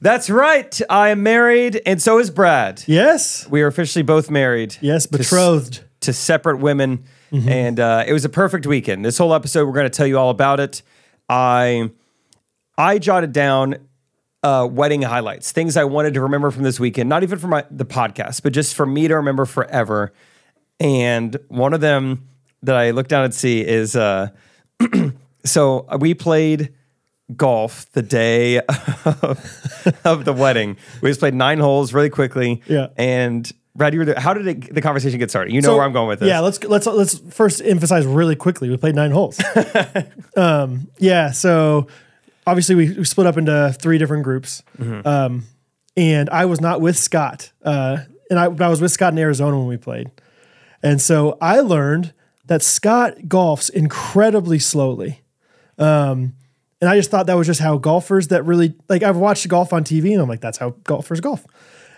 That's right. I am married, and so is Brad. Yes. We are officially both married. Yes, to s- betrothed. to separate women. And uh, it was a perfect weekend. This whole episode, we're going to tell you all about it. I I jotted down uh, wedding highlights, things I wanted to remember from this weekend, not even for my the podcast, but just for me to remember forever. And one of them that I looked down and see is uh, so we played golf the day of, of the wedding. We just played nine holes really quickly. Yeah. And Brad, you were there. How did it, the conversation get started? You know So- where I'm going with this. Yeah, let's let's let's first emphasize really quickly. We played nine holes. um, yeah, so obviously we, we split up into three different groups, Mm-hmm. um, and I was not with Scott, uh, and I, but I was with Scott in Arizona when we played, and so I learned that Scott golfs incredibly slowly. And I just thought that was just how golfers that really like I've watched golf on TV and I'm like, that's how golfers golf.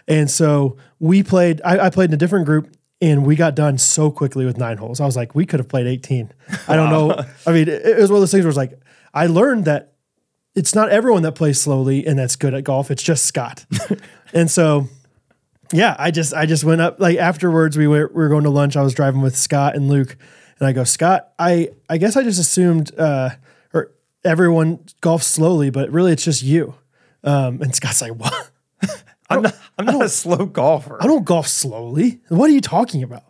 And so we played, I, I played in a different group and we got done so quickly with nine holes. I was like, we could have played 18. I don't know. I mean, it, it was one of those things where it's like, I learned that it's not everyone that plays slowly and that's good at golf. It's just Scott. and so, yeah, I just, I just went up like afterwards we were, we were going to lunch. I was driving with Scott and Luke and I go, Scott, I, I guess I just assumed, uh, or everyone golfs slowly, but really it's just you. Um, and Scott's like, what? I'm not, I'm not a slow golfer. I don't golf slowly. What are you talking about?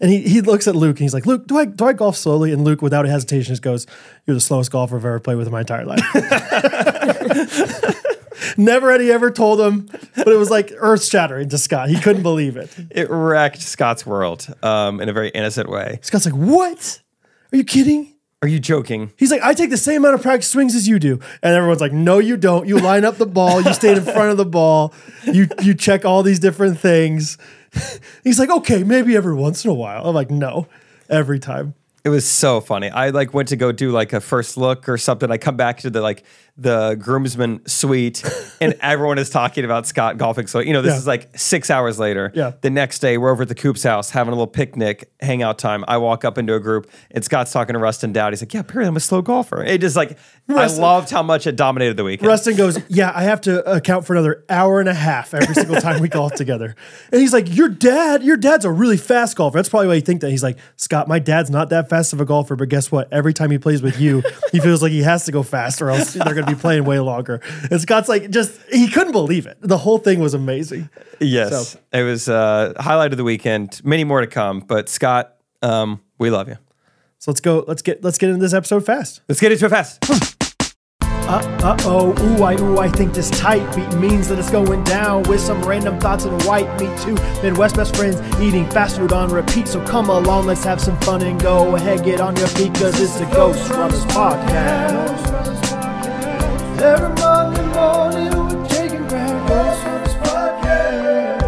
And he, he looks at Luke and he's like, Luke, do I do I golf slowly? And Luke, without hesitation, just goes, You're the slowest golfer I've ever played with in my entire life. Never had he ever told him, but it was like earth shattering to Scott. He couldn't believe it. It wrecked Scott's world um, in a very innocent way. Scott's like, What? Are you kidding? Are you joking? He's like, I take the same amount of practice swings as you do. And everyone's like, no, you don't. You line up the ball. You stand in front of the ball. You you check all these different things. He's like, okay, maybe every once in a while. I'm like, no, every time. It was so funny. I like went to go do like a first look or something. I come back to the like the groomsman suite, and everyone is talking about Scott golfing. So you know this Yeah. is like six hours later. Yeah. The next day, we're over at the Coop's house having a little picnic, hangout time. I walk up into a group, and Scott's talking to Rustin Dowd. He's like, "Yeah, Perry, I'm a slow golfer." It just like Rustin- I loved how much it dominated the weekend. Rustin goes, yeah, I have to account for another hour and a half every single time we golf together. And he's like, your dad, your dad's a really fast golfer. That's probably why you think that. He's like, Scott, my dad's not that fast of a golfer, but guess what? Every time he plays with you, he feels like he has to go fast or else they're going to be playing way longer. And Scott's like, just, he couldn't believe it. The whole thing was amazing. Yes, So- it was uh, highlight of the weekend. Many more to come, but Scott, um, we love you. So let's go, let's get, let's get into this episode fast. Let's get into it fast. Uh oh, ooh, I, ooh, I think this tight beat means that it's going down with some random thoughts and white meat too. Midwest best friends eating fast food on repeat. So come along, let's have some fun and go ahead, get on your feet, cause it's the Ghost Brothers Podcast. Every Monday morning, we're taking ground Ghost Brothers Podcast.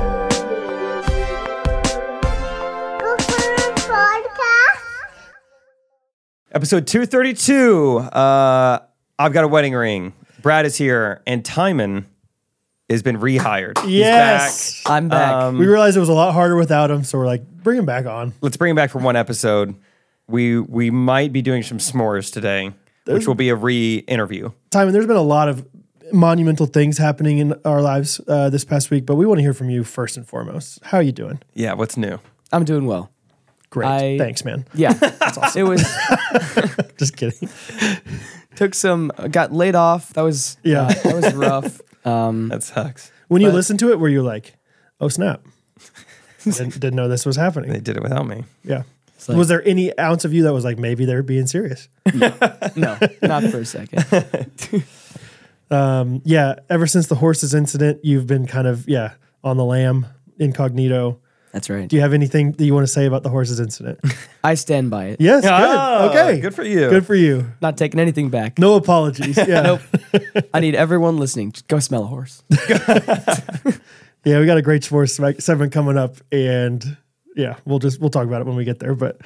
Episode 232. Uh, I've got a wedding ring. Brad is here, and Timon has been rehired. He's Yes. back. I'm back. Um, We realized it was a lot harder without him, so we're like, bring him back on. Let's bring him back for one episode. We we might be doing some s'mores today, which will be a re-interview. Timon, there's been a lot of monumental things happening in our lives uh, this past week, but we want to hear from you first and foremost. How are you doing? Yeah, what's new? I'm doing well. Great. I- Thanks, man. Yeah, It was Just kidding. took some got laid off. That was Yeah. uh, that was rough. Um, That sucks. When you listen to it, were you like, oh, snap? didn't, didn't know this was They happening. did it without me. Yeah. like- was there any ounce of you that was like, maybe they're being serious? no, not for a second. Um, yeah. Ever since the horses incident, you've been kind of, yeah, on the lam, incognito. That's right. Do you have anything that you want to say about the horses incident? I stand by it. yes. Ah, good. Okay. good for you. Good for you. Not taking anything back. No apologies. Yeah. Nope. I need everyone listening. Just go smell a horse. Yeah, we got a great sports smack- segment coming up, and yeah, we'll just we'll talk about it when we get there. But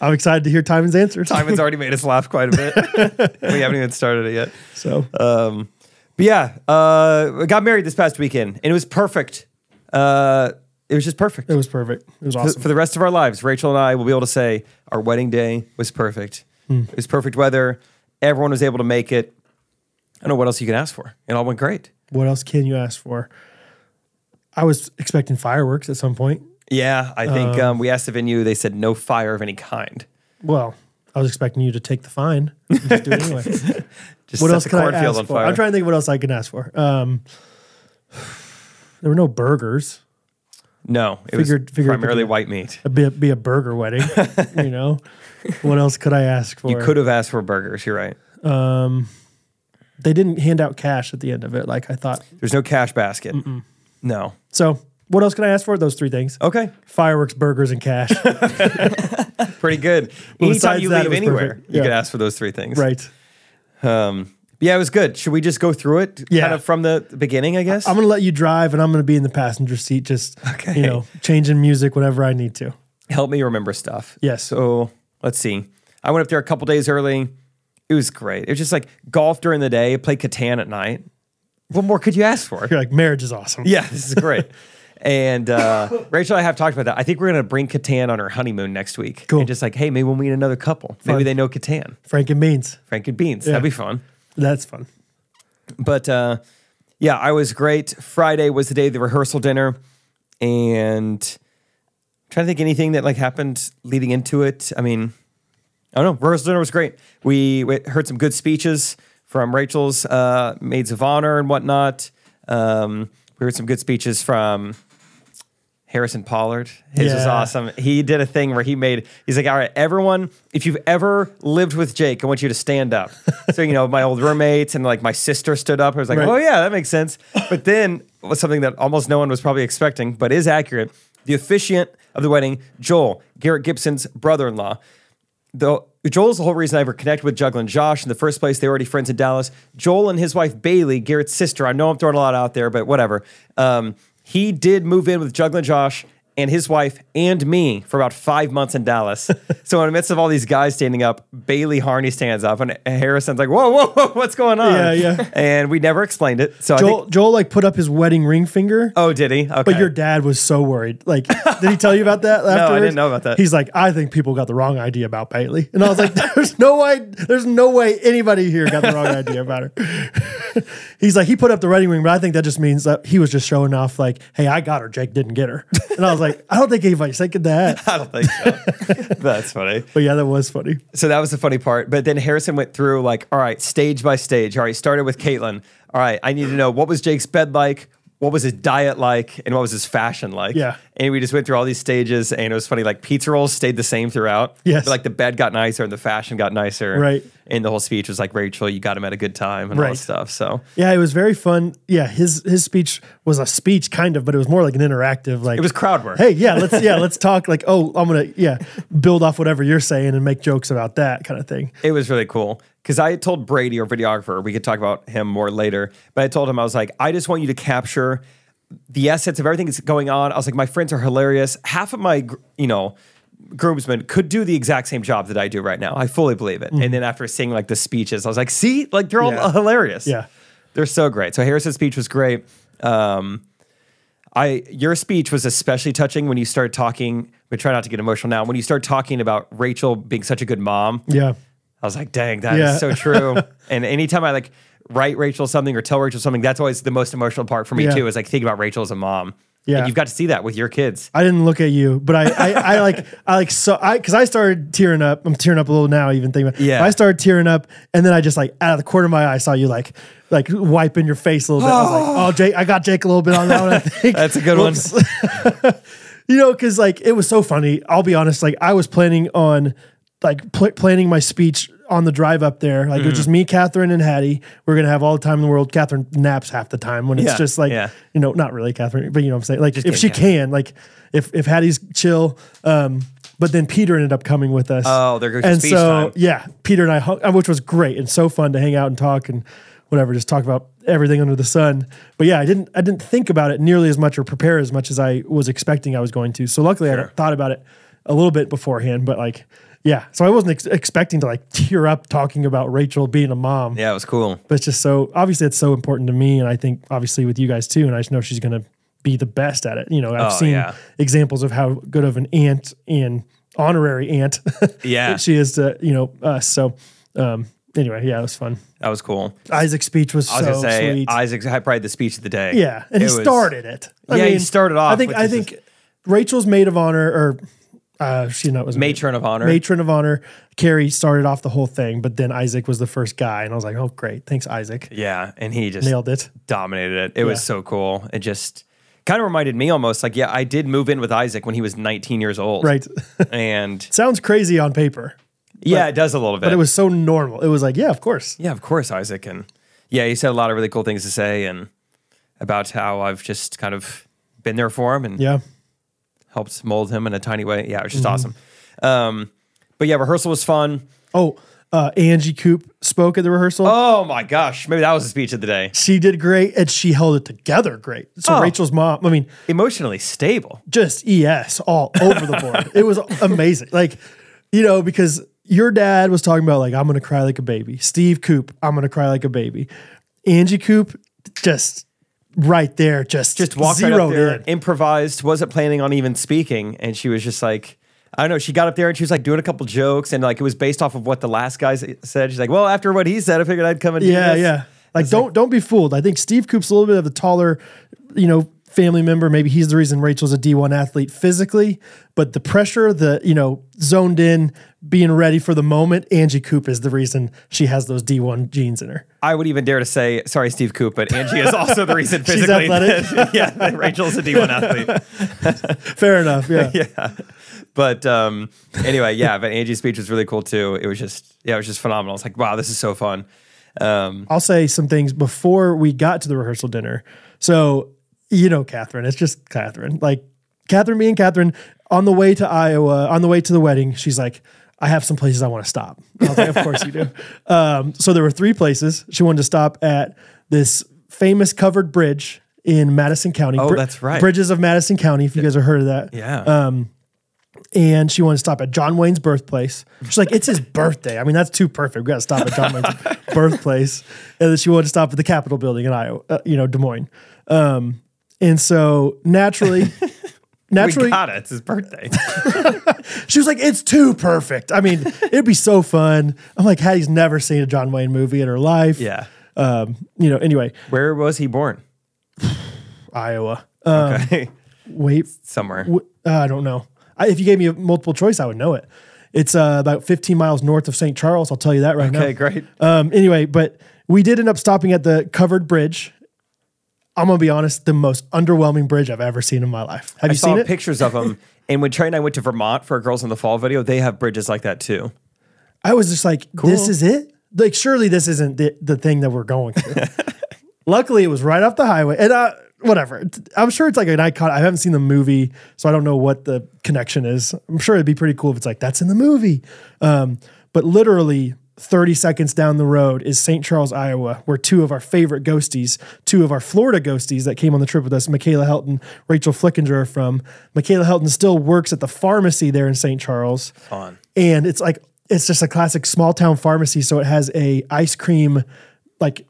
I'm excited to hear Timon's answer. Timon's already made us laugh quite a bit. we haven't even started it yet. So Um, but yeah, uh, I got married this past weekend, and it was perfect. Uh, it was just perfect it was perfect. It was awesome. for the rest of our lives. Rachel and I will be able to say our Hmm. wedding day was perfect. It was perfect weather. Everyone was able to make it. I don't know what else you can ask for. It all went great. What else can you ask for? I was expecting fireworks at some point. Yeah, I think um, we asked the venue. They said no fire of any kind. Well, I was expecting you to take the fine. and Just do it anyway. Just what set else the can I cornfield ask on for? fire. I'm trying to think what else I can ask for. Um, there were no burgers. no, it Figured- was figured it could primarily be- white meat. It'd be a, be a burger wedding, you know. What else could I ask for? You could have asked for burgers. You're right. They didn't hand out cash at the end of it, like I thought. There's no cash basket. No. So, what else can I ask for? Those three things: Okay. fireworks, burgers, and cash. Pretty good. Anytime besides you that, it leave was anywhere, perfect. you Yeah. could ask for those three things. Um, right. Yeah, it was good. Should we just go through it? Yeah. Kind of from the the beginning, I guess. I'm gonna let you drive, and I'm gonna be in the passenger seat, just Okay. you know, changing music whenever I need to. help me remember stuff. Yes. So let's see. I went up there a couple days early. It was great. It was just like golf during the day, play Catan at night. What more could you ask for? You're like, marriage is awesome. Yeah, this is great. and uh, Rachel and I have talked about that. I think we're going to bring Catan on our honeymoon next week. Cool. And just like, hey, maybe we'll meet another couple. Maybe Fun. they know Catan, Frank and beans. Frank and Beans. Yeah. That'd be fun. That's fun. But uh, yeah, I was great. Friday was the day of the rehearsal dinner, and I'm trying to think anything that like happened leading into it. I mean, I don't know. Rehearsal dinner was great. We, we heard some good speeches from Rachel's uh, maids of honor and whatnot. Um, we heard some good speeches from Harrison Pollard. His was Yeah. awesome. He did a thing where he made, he's like, all right, everyone, if you've ever lived with Jake, I want you to stand up. so, you know, my old roommates and like my sister stood up. I was like, Right. oh, yeah, that makes sense. But then was something that almost no one was probably expecting, but is accurate. The officiant of the wedding, Joel, Garrett Gibson's brother in law. Though Joel's the whole reason I ever connected with Jugglin' Josh in the first place. They were already friends in Dallas. Joel and his wife Bailey, Garrett's sister. I know I'm throwing a lot out there, but whatever. Um, he did move in with Jugglin' Josh and his wife and me for about five months in Dallas. so in the midst of all these guys standing up, Bailey Harney stands up and Harrison's like, "Whoa, whoa, whoa, what's going on?" Yeah, yeah. And we never explained it. So I Joel, think, Joel, like put up his wedding ring finger. oh, did he? Okay. But your dad was so worried. Like, did he tell you about that? I didn't know about that. He's like, I think people got the wrong idea about Bailey, and I was like, there's no way, there's no way anybody here got the wrong idea about her. He's like, he put up the wedding ring, but I think that just means that he was just showing off. Like, hey, I got her. Jake didn't get her, and I was like, I don't think anybody's thinking that. I don't think so. That's funny. But yeah, that was funny. so that was the funny part. But then Harrison went through like, all right, stage by stage. All right, started with Caitlin. All right, I need to know what was Jake's bed like, what was his diet like, and what was his fashion like. Yeah. And we just went through all these stages, and it was funny. Like pizza rolls stayed the same throughout. Yes. But, like the bed got nicer and the fashion got nicer. Right. And the whole speech was like, Rachel, you got him at a good time and all Right. this stuff. So Yeah, it was very fun. Yeah, his his speech was a speech kind of, but it was more like an interactive. Like it was crowd work. hey yeah let's yeah let's talk like oh i'm gonna yeah build off whatever you're saying and make jokes about that kind of thing It was really cool because I told Brady, our videographer, we could talk about him more later, but I told him, I was like, I just want you to capture the essence of everything that's going on. I was like, my friends are hilarious. Half of my, gr- you know, groomsmen could do the exact same job that I do right now. I fully believe it. And then after seeing like the speeches, I was like, see, like they're all Yeah. hilarious. Yeah. They're so great. So Harrison's speech was great. Um, I your speech was especially touching when you started talking. We try not to get emotional now. When you start talking about Rachel being such a good mom, yeah I was like, dang, that is Yeah. so true. and anytime I like write Rachel something or tell Rachel something, that's always the most emotional part for me Yeah. too, is like thinking about Rachel as a mom. Yeah. And you've got to see that with your kids. i didn't look at you but i i, I like i like so i because i started tearing up i'm tearing up a little now even thinking about Yeah. i started tearing up and then i just like out of the corner of my eye i saw you like like wiping your face a little bit i was like oh jake i got jake a little bit on that one i think That's a good one. Whoops. you know, because like it was so funny. I'll be honest, like I was planning on like pl- planning my speech on the drive up there. Like Mm-hmm. it was just me, Catherine, and Hattie. We're gonna have all the time in the world. Catherine naps half the time when it's Yeah, just like yeah. you know, not really Catherine, but you know what I'm saying. Like if kidding, she Catherine. can, like if if Hattie's chill. Um, but then Peter ended up coming with us. Oh, there goes your and speech so time. yeah, Peter and I, hung, uh, which was great and so fun to hang out and talk and whatever, just talk about everything under the sun. But yeah, I didn't, I didn't think about it nearly as much or prepare as much as I was expecting I was going to. So luckily, I thought about it a little bit beforehand. But like, yeah, so I wasn't ex- expecting to like tear up talking about Rachel being a mom. Yeah, it was cool. But it's just so obviously it's so important to me, and I think obviously with you guys too. And I just know she's going to be the best at it. You know, I've Oh, seen yeah. examples of how good of an aunt and honorary aunt Yeah. she is to you know us. So um, Anyway, yeah, it was fun. That was cool. Isaac's speech was, I was so gonna say sweet. Isaac's had probably the speech of the day. yeah, and he It was- started it. Yeah, he started I off think with I just think Rachel's maid of honor, or uh, she's not was it matron of honor. matron of honor. Carrie started off the whole thing, but then Isaac was the first guy, and I was like, oh great, thanks Isaac, yeah, and he just nailed it. dominated it. It was Yeah. so cool. It just kind of reminded me almost like yeah, I did move in with Isaac when he was 19 years old. Right, And sounds crazy on paper, yeah, it does a little bit. but it was so normal. It was like, yeah, of course. Yeah, of course, Isaac. And yeah, he said a lot of really cool things to say and about how I've just kind of been there for him and Yeah, Mm-hmm. helped mold him in a tiny way. Yeah, it was just awesome. Um, but yeah, rehearsal was fun. Oh, uh, Angie Coop spoke at the rehearsal. Oh my gosh, maybe that was the speech of the day. She did great, and she held it together great. So Oh. Rachel's mom, I mean, Emotionally stable. just ES all over the board. it was amazing. Like, you know, because your dad was talking about like I'm gonna cry like a baby. Steve Coop, I'm gonna cry like a baby. Angie Coop, just right there, just Just walked right up zeroed there, in. improvised, wasn't planning on even speaking, and she was just like. I don't know. She got up there and she was like doing a couple jokes, and like it was based off of what the last guy s- said. She's like, "Well, after what he said, I figured I'd come and do Yeah, this." yeah. Like don't don't be fooled. I think Steve Coop's a little bit of the taller, you know, family member. Maybe he's the reason Rachel's a D1 athlete physically, but the pressure, the, you know, zoned in, being ready for the moment, Angie Coop is the reason she has those D1 genes in her. I would even dare to say, sorry, Steve Coop, but Angie is also the reason physically. athletic. that- yeah, that Rachel's a D1 athlete. Fair enough. Yeah. Yeah. But um, anyway, yeah, but Angie's speech was really cool too. It was just, yeah, it was just phenomenal. It's like, wow, this is so fun. Um, I'll say some things before we got to the rehearsal dinner. So, you know, Catherine, it's just Catherine. Like, Catherine being Catherine, on the way to Iowa, on the way to the wedding, she's like, I have some places I want to stop. I was like, of course you do. Um, so there were three places. She wanted to stop at this famous covered bridge in Madison County. Oh, that's right. Bridges of Madison County, if you guys have heard of that yeah. and she wanted to stop at John Wayne's birthplace. She's like, it's his birthday. I mean, that's too perfect. We got to stop at John Wayne's birthplace. And then she wanted to stop at the Capitol building in Iowa, uh, you know, Des Moines. Um, and so naturally, we naturally, got it. It's his birthday. she was like, it's too perfect. I mean, it'd be so fun. I'm like, Hattie's never seen a John Wayne movie in her life. yeah. Um, you know, anyway, Where was he born? Iowa. Uh, Okay. wait, Somewhere. w- uh, I don't know. I, if you gave me a multiple choice, I would know it. It's uh, about 15 miles north of St. Charles. I'll tell you that right now. Okay, great. Um, anyway, but we did end up stopping at the covered bridge. I'm gonna be honest, the most underwhelming bridge I've ever seen in my life. Have I you saw seen it? pictures of him. And when Trey and I went to Vermont for a Girls in the Fall video, they have bridges like that too. I was just like, this is it. Like, surely this isn't the, the thing that we're going to. Luckily, it was right off the highway, and uh, whatever. It's- I'm sure it's like an icon. I haven't seen the movie, so I don't know what the connection is. I'm sure it'd be pretty cool if it's like that's in the movie. Um, but literally. 30 seconds down the road is St. Charles, Iowa, where two of our favorite ghosties, two of our Florida ghosties that came on the trip with us, Michaela Helton, Rachel Flickinger are from. Michaela Helton still works at the pharmacy there in St. Charles On. and it's like it's just a classic small town pharmacy so it has a ice cream like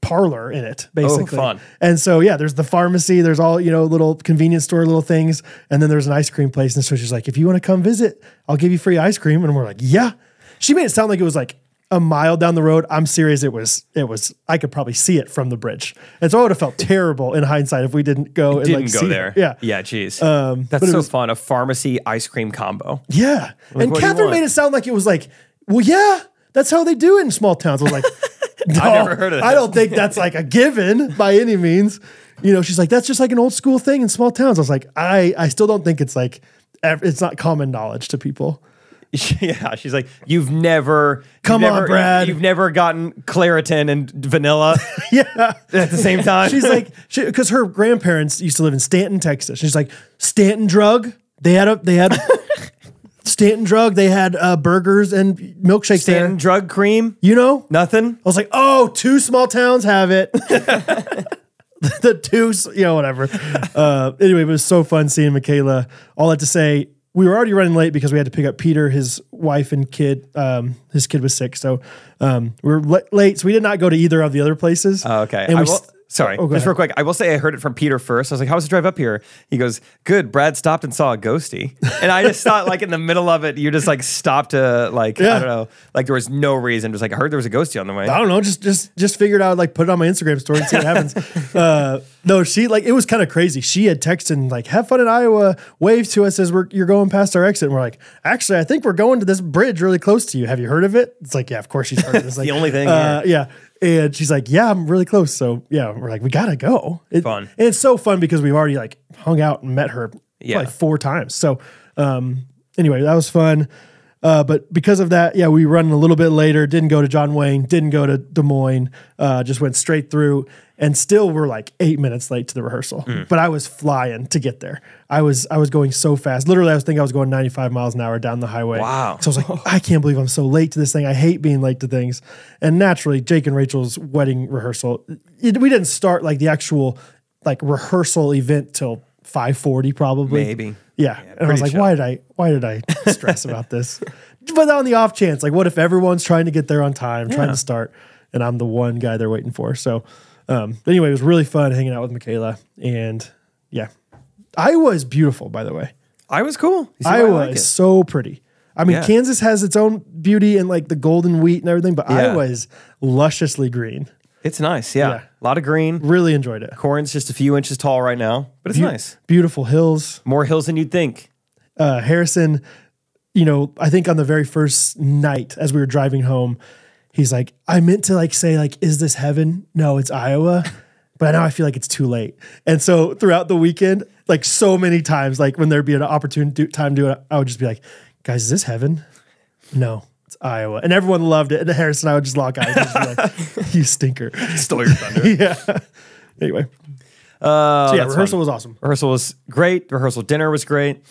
parlor in it basically Oh, fun. and so yeah there's the pharmacy there's all you know little convenience store little things and then there's an ice cream place and so she's like if you want to come visit i'll give you free ice cream and we're like yeah she made it sound like it was like a mile down the road i'm serious it was it was i could probably see it from the bridge and so i would have felt terrible in hindsight if we didn't go and Didn't like go see there. her. yeah Um, Yeah, geez. but That's it so was- fun. A pharmacy ice cream combo. Yeah. and what do you Catherine want? made it sound like it was like, well, yeah, that's how they do it in small towns. I was like, I no, never heard of that. I don't think that's like a given by any means. You know, she's like, that's just like an old school thing in small towns. I was like, I, I still don't think it's like, ev- it's not common knowledge to people. yeah, she's like, you've never Come you've on, never, Brad." You've never gotten Claritin and vanilla Yeah. at the same time. She's like, because her grandparents used to live in Stanton, Texas. She's like, Stanton drug. They had a, they had Stanton drug. They had uh, burgers and milkshakes Stanton there. drug cream, You know? nothing. I was like, oh, two small towns have it. the two, s- you know, whatever. Uh, anyway, it was so fun seeing Michaela. All that to say, we were already running late because we had to pick up Peter, his wife and kid. Um, his kid was sick, so um, we were le- late. So we did not go to either of the other places. Oh, okay. and I we will- s- oh, Sorry, go just ahead. real quick. I will say I heard it from Peter first. I was like, "How was the drive up here?" He goes, "Good." Brad stopped and saw a ghosty, and I just thought, like in the middle of it, you just like stopped to like I Yeah. don't know, like there was no reason. Just like I heard there was a ghosty on the way. I don't know. Just just just figured out like put it on my Instagram story and see what happens. uh, no, she like it was kind of crazy. She had texted and like have fun in Iowa. Wave to us as we're you're going past our exit. And we're like, actually, I think we're going to this bridge really close to you. Have you heard of it? It's like, yeah, of course she's heard of it. It's like, only thing, Uh, yeah. And she's like, yeah, I'm really close. So yeah, we're like, we gotta go. It, Fun. And it's so fun because we've already like hung out and met her Yeah. like four times. So um anyway, that was fun. Uh, but because of that, yeah, we run a little bit later. Didn't go to John Wayne. Didn't go to Des Moines. Uh, just went straight through, and still we're like eight minutes late to the rehearsal. But I was flying to get there. I was I was going so fast. Literally, I was thinking I was going 95 miles an hour down the highway. Wow. So I was like, I can't believe I'm so late to this thing. I hate being late to things. And naturally, Jake and Rachel's wedding rehearsal. It, we didn't start like the actual like rehearsal event till 5:40 probably. Maybe. Yeah. and I was pretty like, chill. why did I why did I stress about this? But on the off chance, like what if everyone's trying to get there on time, trying to start, and I'm the one guy they're waiting for. So um but anyway, it was really fun hanging out with Michaela and yeah. Iowa is beautiful, by the way. I was cool. You see why I Iowa like is it. so pretty. I mean, Yeah. Kansas has its own beauty and like the golden wheat and everything, but Yeah. Iowa is lusciously green. It's nice. Yeah. Yeah. a lot of green. Really enjoyed it. Corn's just a few inches tall right now, but it's Beau- nice. Beautiful hills. More hills than you'd think. uh, Harrison, you know, I think on the very first night as we were driving home, he's like, I meant to like say like, is this heaven? No, it's Iowa. But now I feel like it's too late. And so throughout the weekend, like so many times, like when there'd be an opportune do- time to do it, I would just be like, guys, is this heaven? No, it's Iowa. And everyone loved it. And Harrison and I would just lock eyes and just be like, you stinker. Stole your thunder. yeah. Anyway. Uh, so yeah, that's fun. rehearsal was awesome. Rehearsal was great. Rehearsal dinner was great.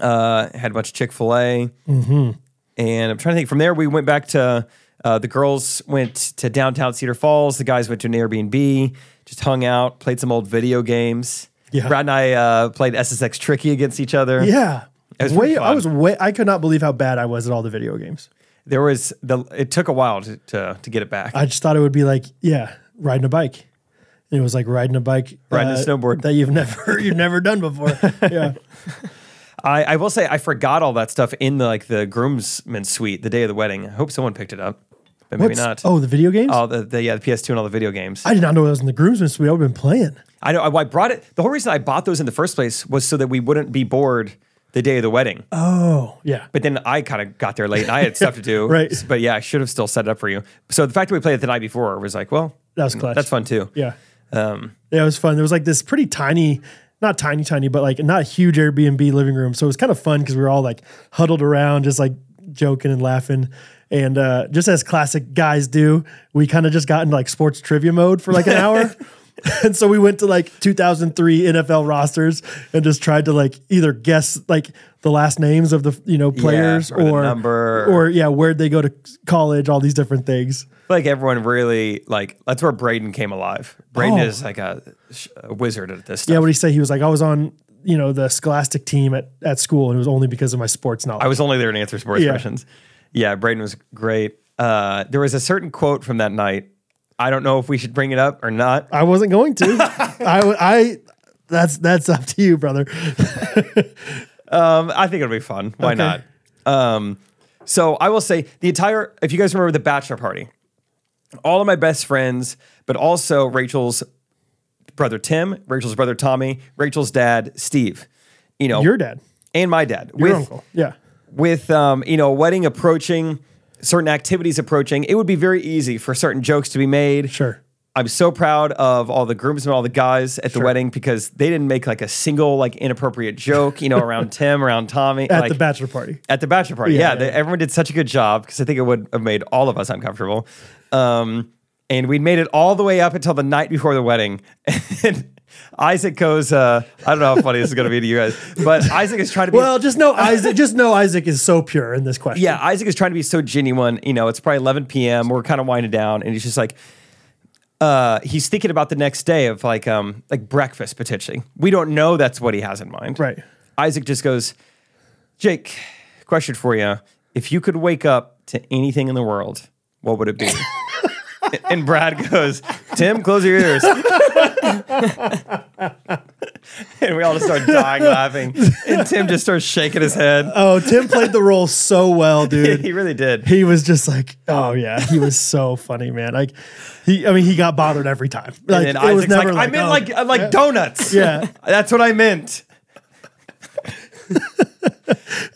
Uh, had a bunch of Chick fil A. Mm-hmm. And I'm trying to think from there, we went back to uh, the girls went to downtown Cedar Falls. The guys went to an Airbnb, just hung out, played some old video games. Yeah. Brad and I uh, played SSX Tricky against each other. Yeah. It was pretty way, fun. I was way, I could not believe how bad I was at all the video games. There was the, it took a while to, to, to get it back. I just thought it would be like, yeah, riding a bike. And it was like riding a bike, uh, Riding a snowboard. that you've never you've never done before. yeah, I, I will say I forgot all that stuff in the like the groomsman suite the day of the wedding. I hope someone picked it up, but maybe What's- not. Uh, Oh, the video games. All the, the yeah the PS2 and all the video games. I, I did not know that was in the groomsmen suite. I've been playing. know I, I brought it. The whole reason I bought those in the first place was so that we wouldn't be bored the day of the wedding. Oh, yeah. But then I kind of got there late and I had stuff to do. Right. But yeah, I should have still set it up for you. So the fact that we played it the night before was like, well, That was clutch. That's fun too. Um, Yeah. yeah, it was fun. There was like this pretty tiny, not tiny, tiny, but like not a huge Airbnb living room. So it was kind of fun because we were all like huddled around, just like joking and laughing. And uh, just as classic guys do, we kind of just got into like sports trivia mode for like an hour. and so we went to like 2003 NFL rosters and just tried to like either guess like the last names of the you know players or the number. or yeah where'd they go to college all these different things Like everyone really like that's where Braden came alive. Braden Oh. is like a, sh- a wizard at this. Stuff. Yeah, what did he say? He was like, I was on, you know, the scholastic team at, at school, and it was only because of my sports knowledge. I was only there to answer sports Yeah. questions. Yeah, Braden was great. Uh, there was a certain quote from that night. I don't know if we should bring it up or not. I wasn't going to. I, w- I- that's that's up to you, brother. Um, I think it'll be fun. Why Okay. not? Um, so I will say the entire. If you guys remember the bachelor party, all of my best friends, but also Rachel's brother Tim, Rachel's brother Tommy, Rachel's dad Steve. You know, Your dad, and my dad your with uncle. Yeah, with um, you know a wedding approaching, certain activities approaching, it would be very easy for certain jokes to be made. sure. I'm so proud of all the groomsmen, all the guys at the wedding because they didn't make like a single like inappropriate joke, you know, around Tim, around Tommy, At like, the bachelor party. at the bachelor party. Yeah, Yeah, they- yeah. everyone did such a good job because I think it would have made all of us uncomfortable. Um, and we'd made it all the way up until the night before the wedding. And Isaac goes, uh, I don't know how funny this is going to be to you guys, but Isaac is trying to be Well, just know Isaac. Just know Isaac is so pure in this question. yeah, Isaac is trying to be so genuine. You know, it's probably 11 p.m. We're kind of winding down, and he's just like, uh, he's thinking about the next day of like, um, like breakfast potentially. We don't know that's what he has in mind. Right. Isaac just goes, Jake, question for you: If you could wake up to anything in the world, what would it be? and Brad goes, Tim, close your ears. and we all just start dying laughing. And Tim just starts shaking his head. Oh, Tim played the role so well, dude. He really did. He was just like, oh yeah, he was so funny, man. Like, he, I mean, he got bothered every time. Like, and then it was Isaac's like, never I meant oh, like I like donuts. yeah. That's what I meant.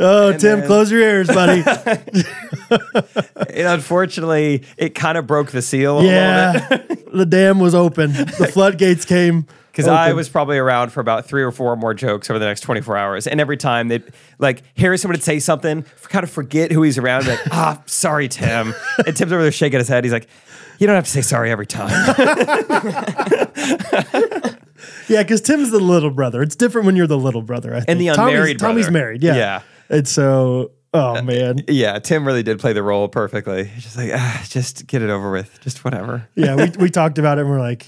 Oh, Tim, then- close your ears, buddy. And unfortunately, it kind of broke the seal a little bit. yeah, the dam was open. The floodgates came Because I open. was probably around for about three or four more jokes over the next 24 hours. And every time they'd, like, Harrison would say something, f- kind of forget who he's around, like, ah, sorry, Tim. And Tim's over there shaking his head. He's like, you don't have to say sorry every time. Yeah, because Tim's the little brother. It's different when you're the little brother. I think. the Tommy's- unmarried Tommy's, brother. married. Yeah. Yeah. Uh, And so, oh man. yeah, Tim really did play the role perfectly. Just like, ah, just get it over with. Just whatever. Yeah, we we talked about it and we're like,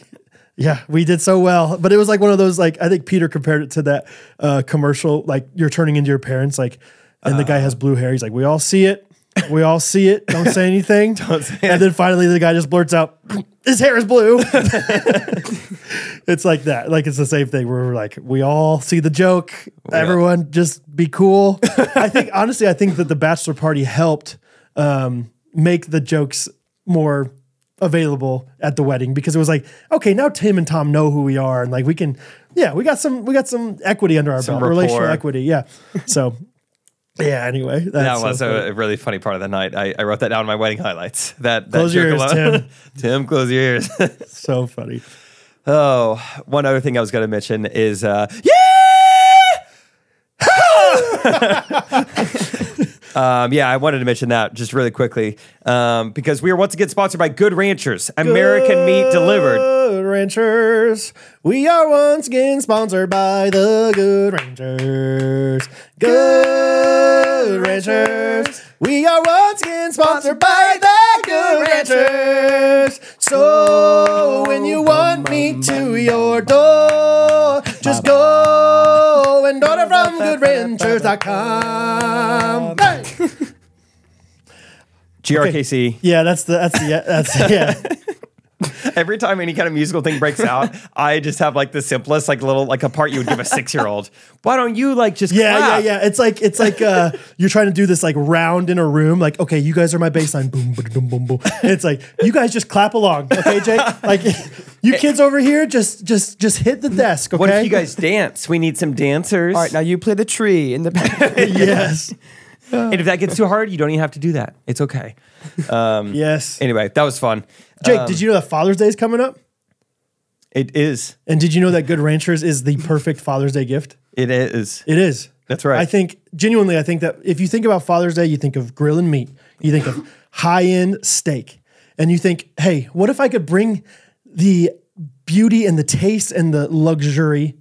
yeah, we did so well. But it was like one of those like I think Peter compared it to that uh, commercial like you're turning into your parents like, and the guy Uh. has blue hair. He's like, we all see it. We all see it. Don't say anything. Don't say and then finally, the guy just blurts out, "His hair is blue." it's like that. Like it's the same thing. Where we're like, we all see the joke. Everyone, just be cool. I think honestly, I think that the bachelor party helped um, make the jokes more available at the wedding because it was like, okay, now Tim and Tom know who we are, and like we can, yeah, we got some, we got some equity under our belt, relational rapport. equity, yeah. So, yeah. Anyway, That that's so was funny. a really funny part of the night. I, I wrote that down in my wedding highlights. That, that Close your joke ears, alone. Tim, close your ears. so funny. Oh, one other thing I was going to mention is uh, yeah. um, yeah, I wanted to mention that just really quickly um, because we are once again sponsored by Good Ranchers, American meat delivered. Good Ranchers. We are once again sponsored by the Good Rangers. Good Ranchers. We are once again sponsored by the Good Ranchers. Oh, So when you want meat to your door, just go and order from goodranchers.com. Hey! GRKC. Yeah, that's the that's the yeah, that's yeah. Every time any kind of musical thing breaks out, I just have like the simplest, like little, like a part you would give a six year old. Why don't you like just Yeah, clap? yeah, yeah. It's like it's like uh, you're trying to do this like round in a room. Like, okay, you guys are my baseline. Boom, boom, boom, boom, boom. And it's like you guys just clap along, okay, Jake? Like, you kids over here, just just just hit the desk, okay? What if you guys dance? We need some dancers. All right, now you play the tree in the back. Yes, and if that gets too hard, you don't even have to do that. It's okay. yes. Anyway, that was fun. Jake, um, did you know that Father's Day is coming up? It is. And did you know that Good Ranchers is the perfect Father's Day gift? It is. It is. That's right. I think genuinely, I think that if you think about Father's Day, you think of grilling meat, you think of high end steak, and you think, hey, what if I could bring the beauty and the taste and the luxury?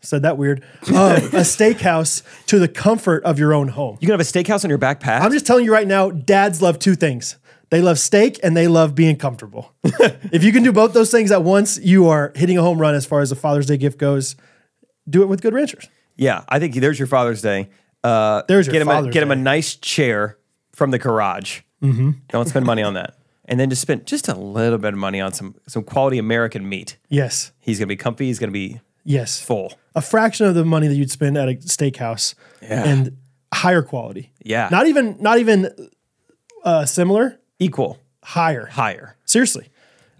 Said that weird. Of a steakhouse to the comfort of your own home. You can have a steakhouse on your back path. I'm just telling you right now, dads love two things. They love steak and they love being comfortable. if you can do both those things at once, you are hitting a home run as far as a Father's Day gift goes. Do it with good ranchers. yeah, I think there's your Father's Day. Uh, There's your get him a, Father's get him a Day. nice chair from the garage. Mm-hmm. Don't spend money on that, and then just spend just a little bit of money on some some quality American meat. Yes. He's gonna be comfy. He's gonna be Yes. full. a fraction of the money that you'd spend at a steakhouse Yeah. and higher quality. Yeah. Not even not even uh, similar, Equal higher. higher. Seriously.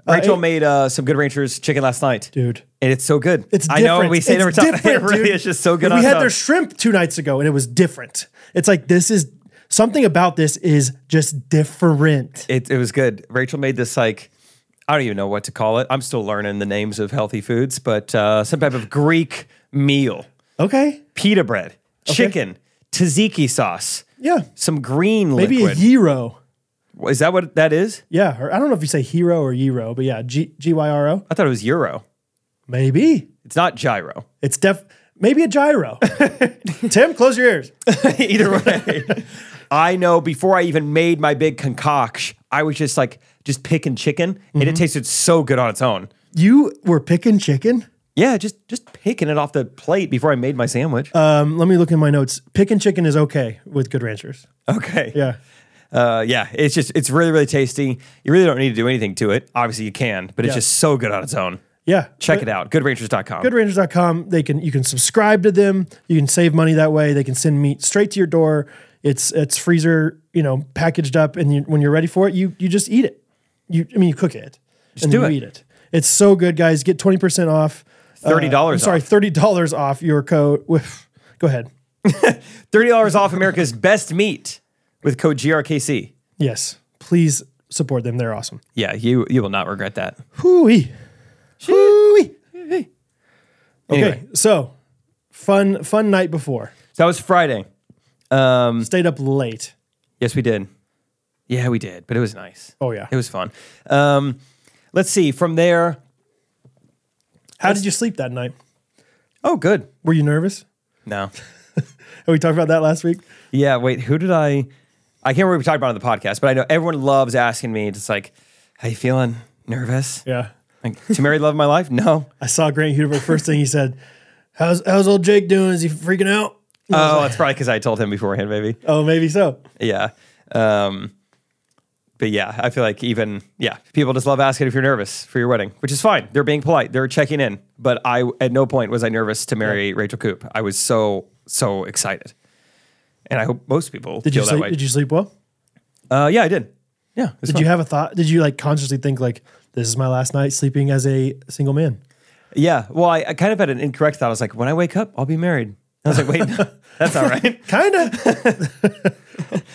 Rachel it- made uh, some good Ranchers chicken last night, Dude. and it's so good. It's I different. know we say it It's every time. It different, really dude. is just so good. We on had its their own. shrimp two nights ago and it was different. It's like this is something about this is just different. it, it was good. Rachel made this like I don't even know what to call it. I'm still learning the names of healthy foods, but uh, some type of Greek meal, Okay. pita bread, chicken, tzatziki sauce, Yeah. some green Maybe liquid. a gyro. is that what that is? Yeah. Or I don't know if you say hero or gyro, but yeah, G Y R O. I thought it was euro. Maybe. It's not gyro. It's def maybe a gyro. Tim, close your ears. Either way, I know before I even made my big concoction, I was just like just picking chicken, and Mm-hmm. it tasted so good on its own. You were picking chicken? Yeah, just just picking it off the plate before I made my Uh, sandwich. Um, let me look in my notes. Pick and chicken is okay with good ranchers. okay. Yeah. Uh, yeah, it's just it's really really tasty. You really don't need to do anything to it. Obviously you can, but it's Yeah. just so good on its own. Yeah. Check it out. Goodranchers.com. GoodRangers.com. They can you can subscribe to them. You can save money that way. They can send meat straight to your door. It's it's freezer, you know, packaged up, and you, when you're ready for it, you you just eat it. You I mean, you cook it and do then it. you eat it. It's so good, guys. Get twenty percent off. uh, $30 I'm sorry, off. thirty dollars off your code. With go ahead. Thirty dollars off America's best meat with code GRKC. Yes, please support them. They're awesome. Yeah, you you will not regret that. Hooey. Hooey. Anyway, Okay, so fun fun night before. so that was Friday. Um, Stayed up late. Yes, we did. Yeah, we did, but it was nice. Oh, yeah. it was fun. Um, let's see. From there, How did you sleep that night? oh, good. Were you nervous? No, Have we talked about that last week? yeah. Wait, who did I? I can't remember what we talked about on the podcast, but I know everyone loves asking me. Just like, how you feeling? Nervous? Yeah. Like, to marry the love of my life? No. Oh, I saw Grant Huber. First thing he said, "How's how's old Jake doing? Is he freaking out?" Oh, it's probably because I told him beforehand, maybe. Oh, maybe so. Yeah. Um, but yeah, I feel like even yeah, people just love asking if you're nervous for your wedding, which is fine. They're being polite. They're checking in. But I at no point was I nervous to marry Rachel Coop. I was so so excited, and I hope most people Did feel you that sleep? way. Did you sleep well? uh, yeah, I did. Yeah, it was Did fun. you have a thought? Did you like consciously think like, "This is my last night sleeping as a single man"? yeah. Well, I, I kind of had an incorrect thought. I was like, when I wake up, I'll be married. I was like, wait, no, that's not right. Kind of.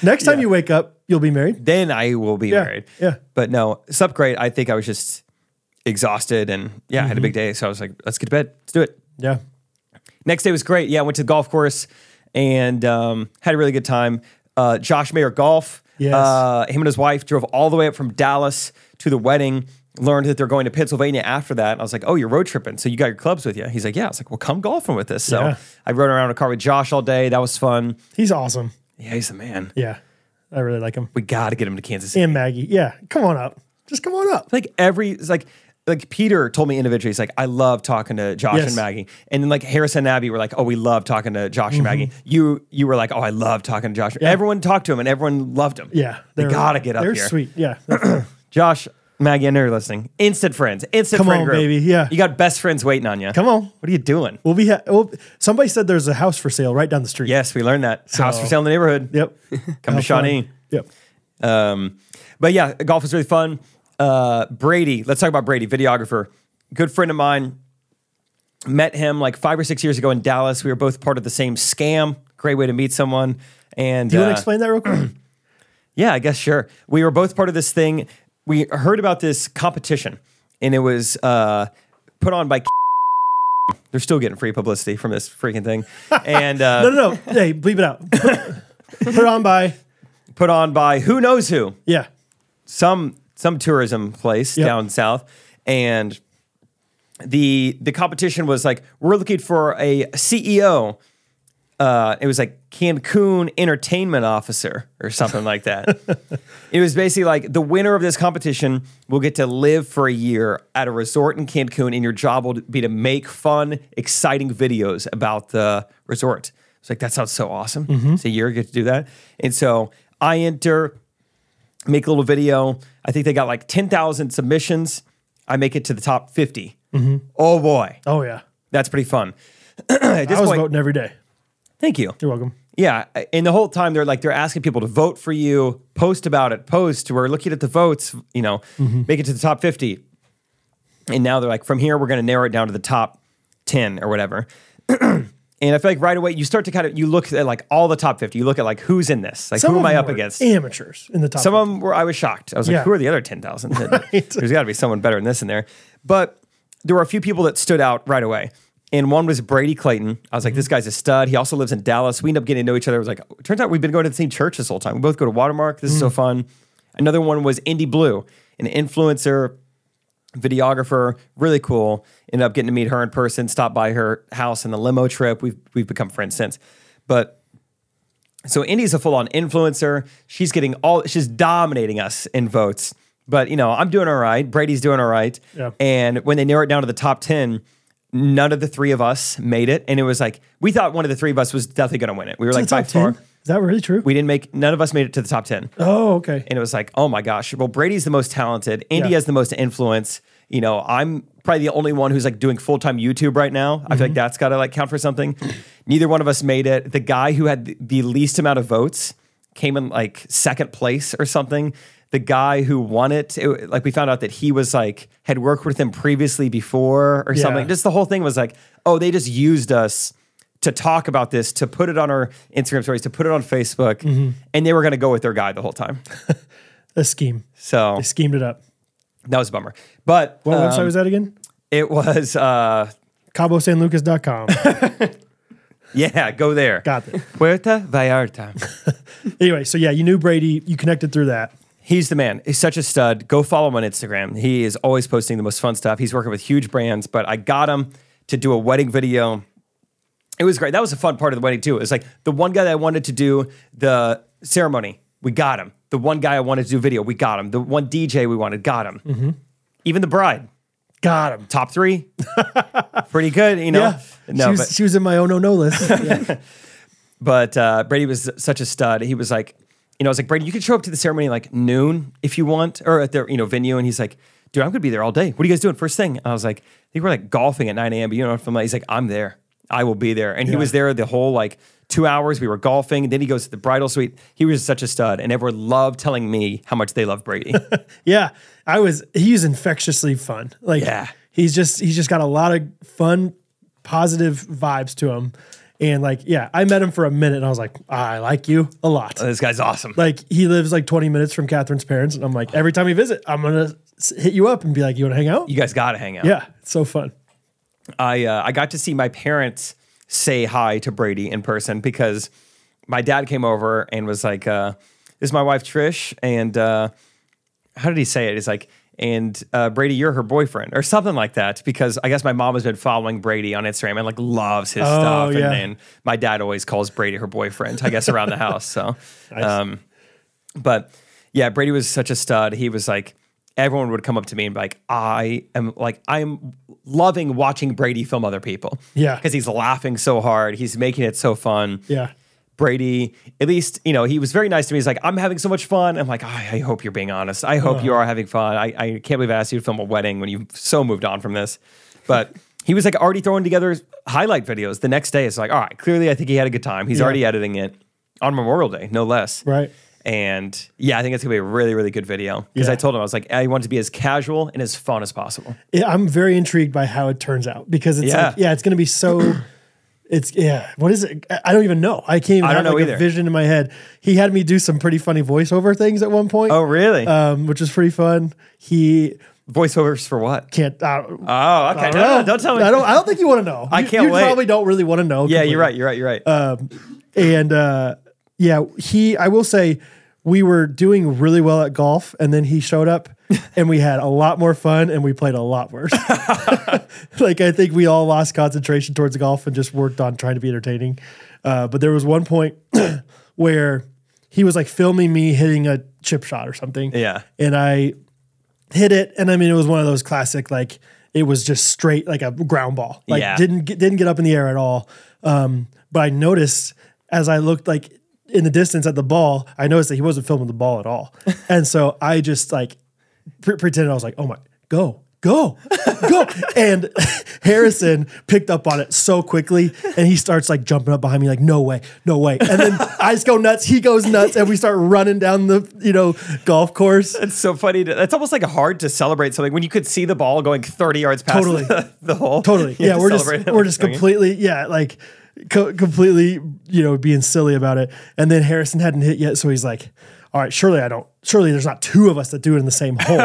Next time you wake up, you'll be married. then I will be married. yeah. But no, slept great. I think I was just exhausted and yeah, I had a big Mm-hmm. day. So I was like, let's get to bed. Let's do it. Yeah. Next day was great. Yeah, I went to the golf course and um, had a really good time. Uh, Josh Mayer Golf, Yes. uh, him and his wife drove all the way up from Dallas to the wedding. Learned that they're going to Pennsylvania after that. And I was like, "Oh, you're road tripping, so you got your clubs with you?" He's like, "Yeah." I was like, "Well, come golfing with us." So Yeah. I rode around in a car with Josh all day. That was fun. He's awesome. Yeah, he's the man. Yeah, I really like him. We got to get him to Kansas City. And Maggie. Yeah, come on up. Just come on up. like every it's like like Peter told me individually, he's like, I love talking to Josh Yes. and Maggie. And then like Harrison and Abby were like, Oh, we love talking to Josh and Mm-hmm. Maggie. You you were like, Oh, I love talking to Josh. Everyone talked to him and everyone loved him. Yeah, They gotta get up They're here. sweet. Yeah, Josh, Maggie, I know you're listening. Instant friends. Instant Come friend on, group. baby. Yeah. You got best friends waiting on you. come on. What are you doing? We'll be. Ha- we'll, somebody said there's a house for sale right down the street. Yes, we learned that. House for sale in the neighborhood. Yep. Come to How fun. Shawnee. Yep. Um, but yeah, golf was really fun. Uh, Brady, let's talk about Brady, videographer, good friend of mine. Met him like five or six years ago in Dallas. We were both part of the same scam. Great way to meet someone. And You want uh, to explain that real quick? yeah, I guess sure. We were both part of this thing. We heard about this competition, and it was uh, put on by. They're still getting free publicity from this freaking thing, and uh, No, no, no. Hey, bleep it out. Put, put it on by. put on by who knows who. Yeah. some some tourism place Yep. down south and the the competition was like we're looking for a CEO uh it was like Cancun entertainment officer or something like that it was basically like the winner of this competition will get to live for a year at a resort in Cancun and your job will be to make fun exciting videos about the resort it's like that sounds so awesome it's a year you get to do that and so I enter make a little video. I think they got like 10,000 submissions. I make it to the top 50. Mm-hmm. Oh boy, Oh yeah. that's pretty fun. At this I was point, voting every day. thank you. You're welcome. Yeah, and the whole time they're like they're asking people to vote for you, post about it, post. We're looking at the votes, you know, Mm-hmm. make it to the top 50. And now they're like from here we're going to narrow it down to the top 10 or whatever. and I feel like right away you start to kind of you look at like all the top 50. You look at like who's in this? Like who of am I them up were against? Amateurs in the top. Some of them were, I was shocked. I was like, Yeah. who are the other 10,000? There's got to be someone better than this in there. But there were a few people that stood out right away. And one was Brady Clayton. I was like, this guy's a stud. He also lives in Dallas. We end up getting to know each other. It was like, turns out we've been going to the same church this whole time. We both go to Watermark. This is so fun. Another one was Indy Blue, an influencer, videographer, really cool. Ended up getting to meet her in person, stopped by her house in the limo trip. We've we've become friends since. But so Indy's a full-on influencer. She's getting all she's dominating us in votes. But you know, I'm doing all right. Brady's doing all right. Yeah. And when they narrow it down to the top 10, none of the three of us made it. And it was like, we thought one of the three of us was definitely gonna win it. We were like the by top far. 10? Is that really true? We didn't make none of us made it to the top ten. oh, okay. and it was like, oh my gosh, well, Brady's the most talented. Andy Yeah. has the most influence. You know, I'm probably the only one who's like doing full time YouTube right now. I Mm-hmm. feel like that's got to like count for something. Neither one of us made it. The guy who had the- the least amount of votes came in like second place or something. The guy who won it, it- like we found out that he was like had worked with them previously before or Yeah. something. Just the whole thing was like, oh, they just used us to talk about this, to put it on our Instagram stories, to put it on Facebook, Mm-hmm. and they were going to go with their guy the whole time. A scheme. So They schemed it up. that was a bummer. But What Oh. um, website was that again? it was, uh, CaboSanLucas.com. yeah, go there. Got it. Puerta Vallarta. Anyway, so yeah, you knew Brady. You connected through that. He's the man. He's such a stud. Go follow him on Instagram. He is always posting the most fun stuff. He's working with huge brands, but I got him to do a wedding video. It was great. That was a fun part of the wedding, too. It was like the one guy that I wanted to do the ceremony, we got him. The one guy I wanted to do video, we got him. The one DJ we wanted, got him. Mm-hmm. Even the bride, Got him. top three. Pretty good, you know? Yeah. No, she, was, but- she was in my oh no no list. Yeah. But uh, Brady was such a stud. He was like, you know, I was like, Brady, you could show up to the ceremony like noon if you want, or at their you know venue. And he's like, dude, I'm gonna be there all day. What are you guys doing first thing? And I was like, I think we're like golfing at 9 a.m. But you know, from like, he's like, I'm there. I will be there. And he Yeah. was there the whole like two hours. We were golfing. Then he goes to the bridal suite. He was such a stud, and everyone loved telling me how much they love Brady. Yeah, I was. He's infectiously fun. Like, Yeah. he's just he's just got a lot of fun, positive vibes to him, and like, yeah, I met him for a minute, and I was like, I like you a lot. this guy's awesome. Like, he lives like 20 minutes from Catherine's parents, and I'm like, every time we visit, I'm gonna s- hit you up and be like, you want to hang out? You guys gotta hang out. Yeah, it's so fun. I uh, I got to see my parents say hi to Brady in person because my dad came over and was like, uh, "This is my wife Trish," and uh, how did he say it? He's like, "And uh, Brady, you're her boyfriend," or something like that. Because I guess my mom has been following Brady on Instagram and like loves his stuff, yeah. and then my dad always calls Brady her boyfriend. I guess around the house. So, um, but yeah, Brady was such a stud. He was like, everyone would come up to me and be like, I am like, I'm loving watching Brady film other people. Yeah. Because he's laughing so hard. He's making it so fun. Yeah, Brady, at least, you know, he was very nice to me. He's like, I'm having so much fun. I'm like, "I- I hope you're being honest. I hope Uh-huh. you are having fun. I, I can't believe I asked you to film a wedding when you've so moved on from this. But he was like already throwing together highlight videos the next day. It's like, all right, clearly I think he had a good time. He's already editing it on Memorial Day, no less. right. And yeah, I think it's gonna be a really, really good video. Because Yeah. I told him I was like, I want it to be as casual and as fun as possible. Yeah, I'm very intrigued by how it turns out because it's Yeah. like, yeah, it's going to be so. It's yeah. What is it? I- I don't even know. I can't even I don't have know like either. a vision in my head. He had me do some pretty funny voiceover things at one point. Oh, really? Um, which is pretty fun. He Voiceovers for what? can't. Uh, Oh, okay. No, no, don't tell me. I don't. I don't think you want to know. I can't You, you wait. probably don't really want to know. yeah, completely. you're right. You're right. You're right. And uh, yeah, he. I will say we were doing really well at golf, and then he showed up, and we had a lot more fun, and we played a lot worse. like I think we all lost concentration towards golf and just worked on trying to be entertaining. Uh, but there was one point where he was like filming me hitting a chip shot or something. Yeah. and I hit it, and I mean it was one of those classic like it was just straight like a ground ball. Like Yeah. didn't get, didn't get up in the air at all. Um, but I noticed as I looked like in the distance at the ball, I noticed that he wasn't filming the ball at all, and so I just like pre- pretended I was like, oh my, go, go, go. and Harrison picked up on it so quickly and he starts like jumping up behind me, like, no way, no way. And then I just go nuts, he goes nuts, and we start running down the, you know, golf course. it's so funny. To, that's almost like hard to celebrate something when you could see the ball going 30 yards past Totally. the, the hole. Totally. You Yeah, have to we're just celebrate it we're like just swinging. completely yeah, like co- completely you know being silly about it. And then Harrison hadn't hit yet, so he's like, "All right, surely I don't. Surely there's not two of us that do it in the same hole."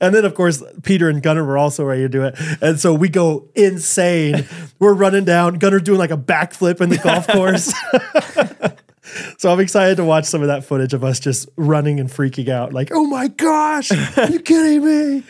and then of course Peter and Gunner were also ready to do it, and so we go insane. we're running down. Gunner doing like a backflip in the golf course. So I'm excited to watch some of that footage of us just running and freaking out, like, "Oh my gosh, are you kidding me?"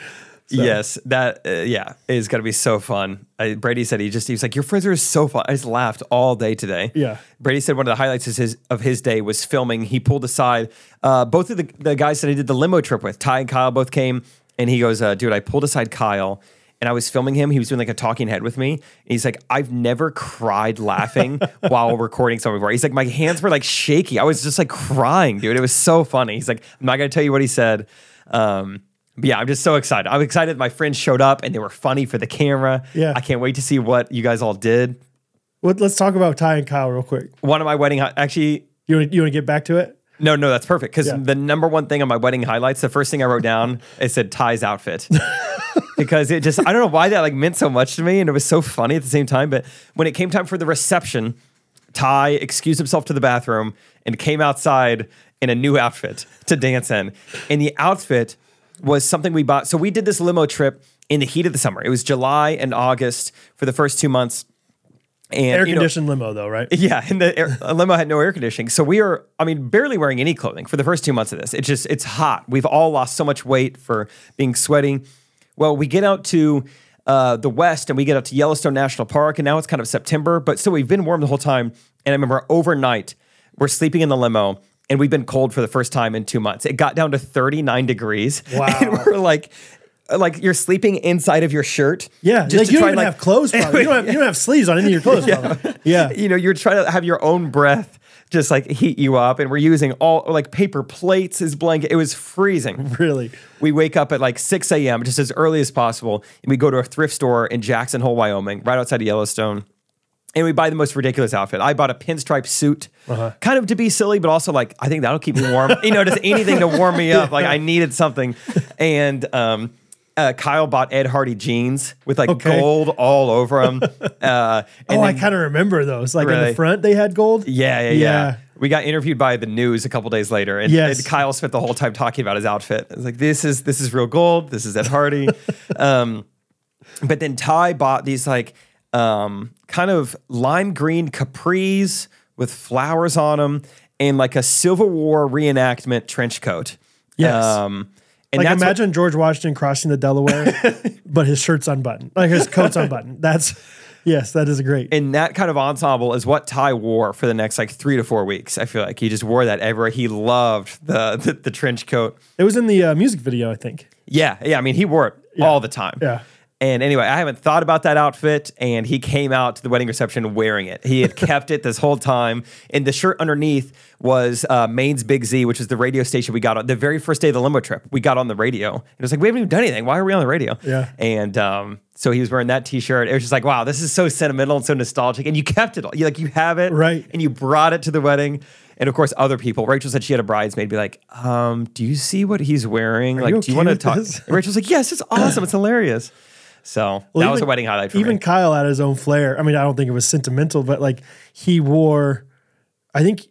Yes, that uh, yeah is gonna be so fun. I, Brady said he just he was like your frizzer is so fun. I just laughed all day today. Yeah. Brady said one of the highlights is his, of his day was filming. He pulled aside uh, both of the, the guys that he did the limo trip with. Ty and Kyle both came, and he goes, uh, "Dude, I pulled aside Kyle." and I was filming him. He was doing like a talking head with me. And he's like, I've never cried laughing while recording something before. He's like, my hands were like shaky. I was just like crying, dude. It was so funny. He's like, I'm not gonna tell you what he said. Um, but yeah, I'm just so excited. I'm excited my friends showed up and they were funny for the camera. Yeah. I can't wait to see what you guys all did. Let- Let's talk about Ty and Kyle real quick. One of my wedding hi- actually You want you want to get back to it? No, no, that's perfect. Because Yeah. the number one thing on my wedding highlights, the first thing I wrote down, it said Ty's outfit. because it just, I don't know why that like meant so much to me. And it was so funny at the same time. But when it came time for the reception, Ty excused himself to the bathroom and came outside in a new outfit to dance in. And the outfit was something we bought. So we did this limo trip in the heat of the summer. It was July and August for the first two months. And Air you know- conditioned limo though, right? yeah, and the air, a limo had no air conditioning, so we are, I mean, barely wearing any clothing for the first two months of this. It's just it's hot. We've all lost so much weight for being sweaty. Well, we get out to uh, the west and we get out to Yellowstone National Park, and now it's kind of September, but still we've been warm the whole time. And I remember overnight we're sleeping in the limo. And we've been cold for the first time in two months. It got down to 39 degrees. Wow. And we're like, like you're sleeping inside of your shirt. Yeah, just like to you try and, don't even like- have clothes. Probably. You don't have you don't have sleeves on any of your clothes. Probably. Yeah, you know, you're trying to have your own breath just like heat you up. And we're using all like paper plates as blanket. It was freezing. really. We wake up at like 6 a.m., just as early as possible. And we go to a thrift store in Jackson Hole, Wyoming, right outside of Yellowstone. And we buy the most ridiculous outfit. I bought a pinstripe suit, kind of to be silly, but also like, I think that'll keep me warm. you know, just anything to warm me up. Like, I needed something. And, um, uh, Kyle bought Ed Hardy jeans with like Okay. gold all over them. Uh, Oh, I kind of remember those. Like in Really? the front, they had gold. Yeah, yeah, yeah. Yeah. We got interviewed by the news a couple days later, and, Yes. and Kyle spent the whole time talking about his outfit. It's like this is this is real gold. This is Ed Hardy. um, but then Ty bought these like um, kind of lime green capris with flowers on them, and like a Civil War reenactment trench coat. Yes. Um, and Like that's what- imagine George Washington crossing the Delaware, but his shirt's unbuttoned, like his coat's unbuttoned. That's yes, that is great. and that kind of ensemble is what Ty wore for the next like three to four weeks. I feel like he just wore that everywhere. He loved the the, the trench coat. It was in the uh, music video, I think. Yeah, yeah. I mean, he wore it all the time. yeah. And anyway, I haven't thought about that outfit, and he came out to the wedding reception wearing it. He had kept it this whole time, and the shirt underneath was uh, Maine's Big Z, which is the radio station we got on the very first day of the limo trip. We got on the radio. It was like we haven't even done anything. Why are we on the radio? Yeah. And um, so he was wearing that T-shirt. It was just like, wow, this is so sentimental and so nostalgic. And you kept it all. You like you have it, Right. And you brought it to the wedding. And of course, other people. Rachel said she had a bridesmaid be like, um, "Do you see what he's wearing? like, you do you okay want to with talk?" this? And Rachel's like, yes, it's awesome. It's hilarious. So that was a wedding highlight for even me. Kyle had his own flair. I mean, I don't think it was sentimental, but like he wore, I think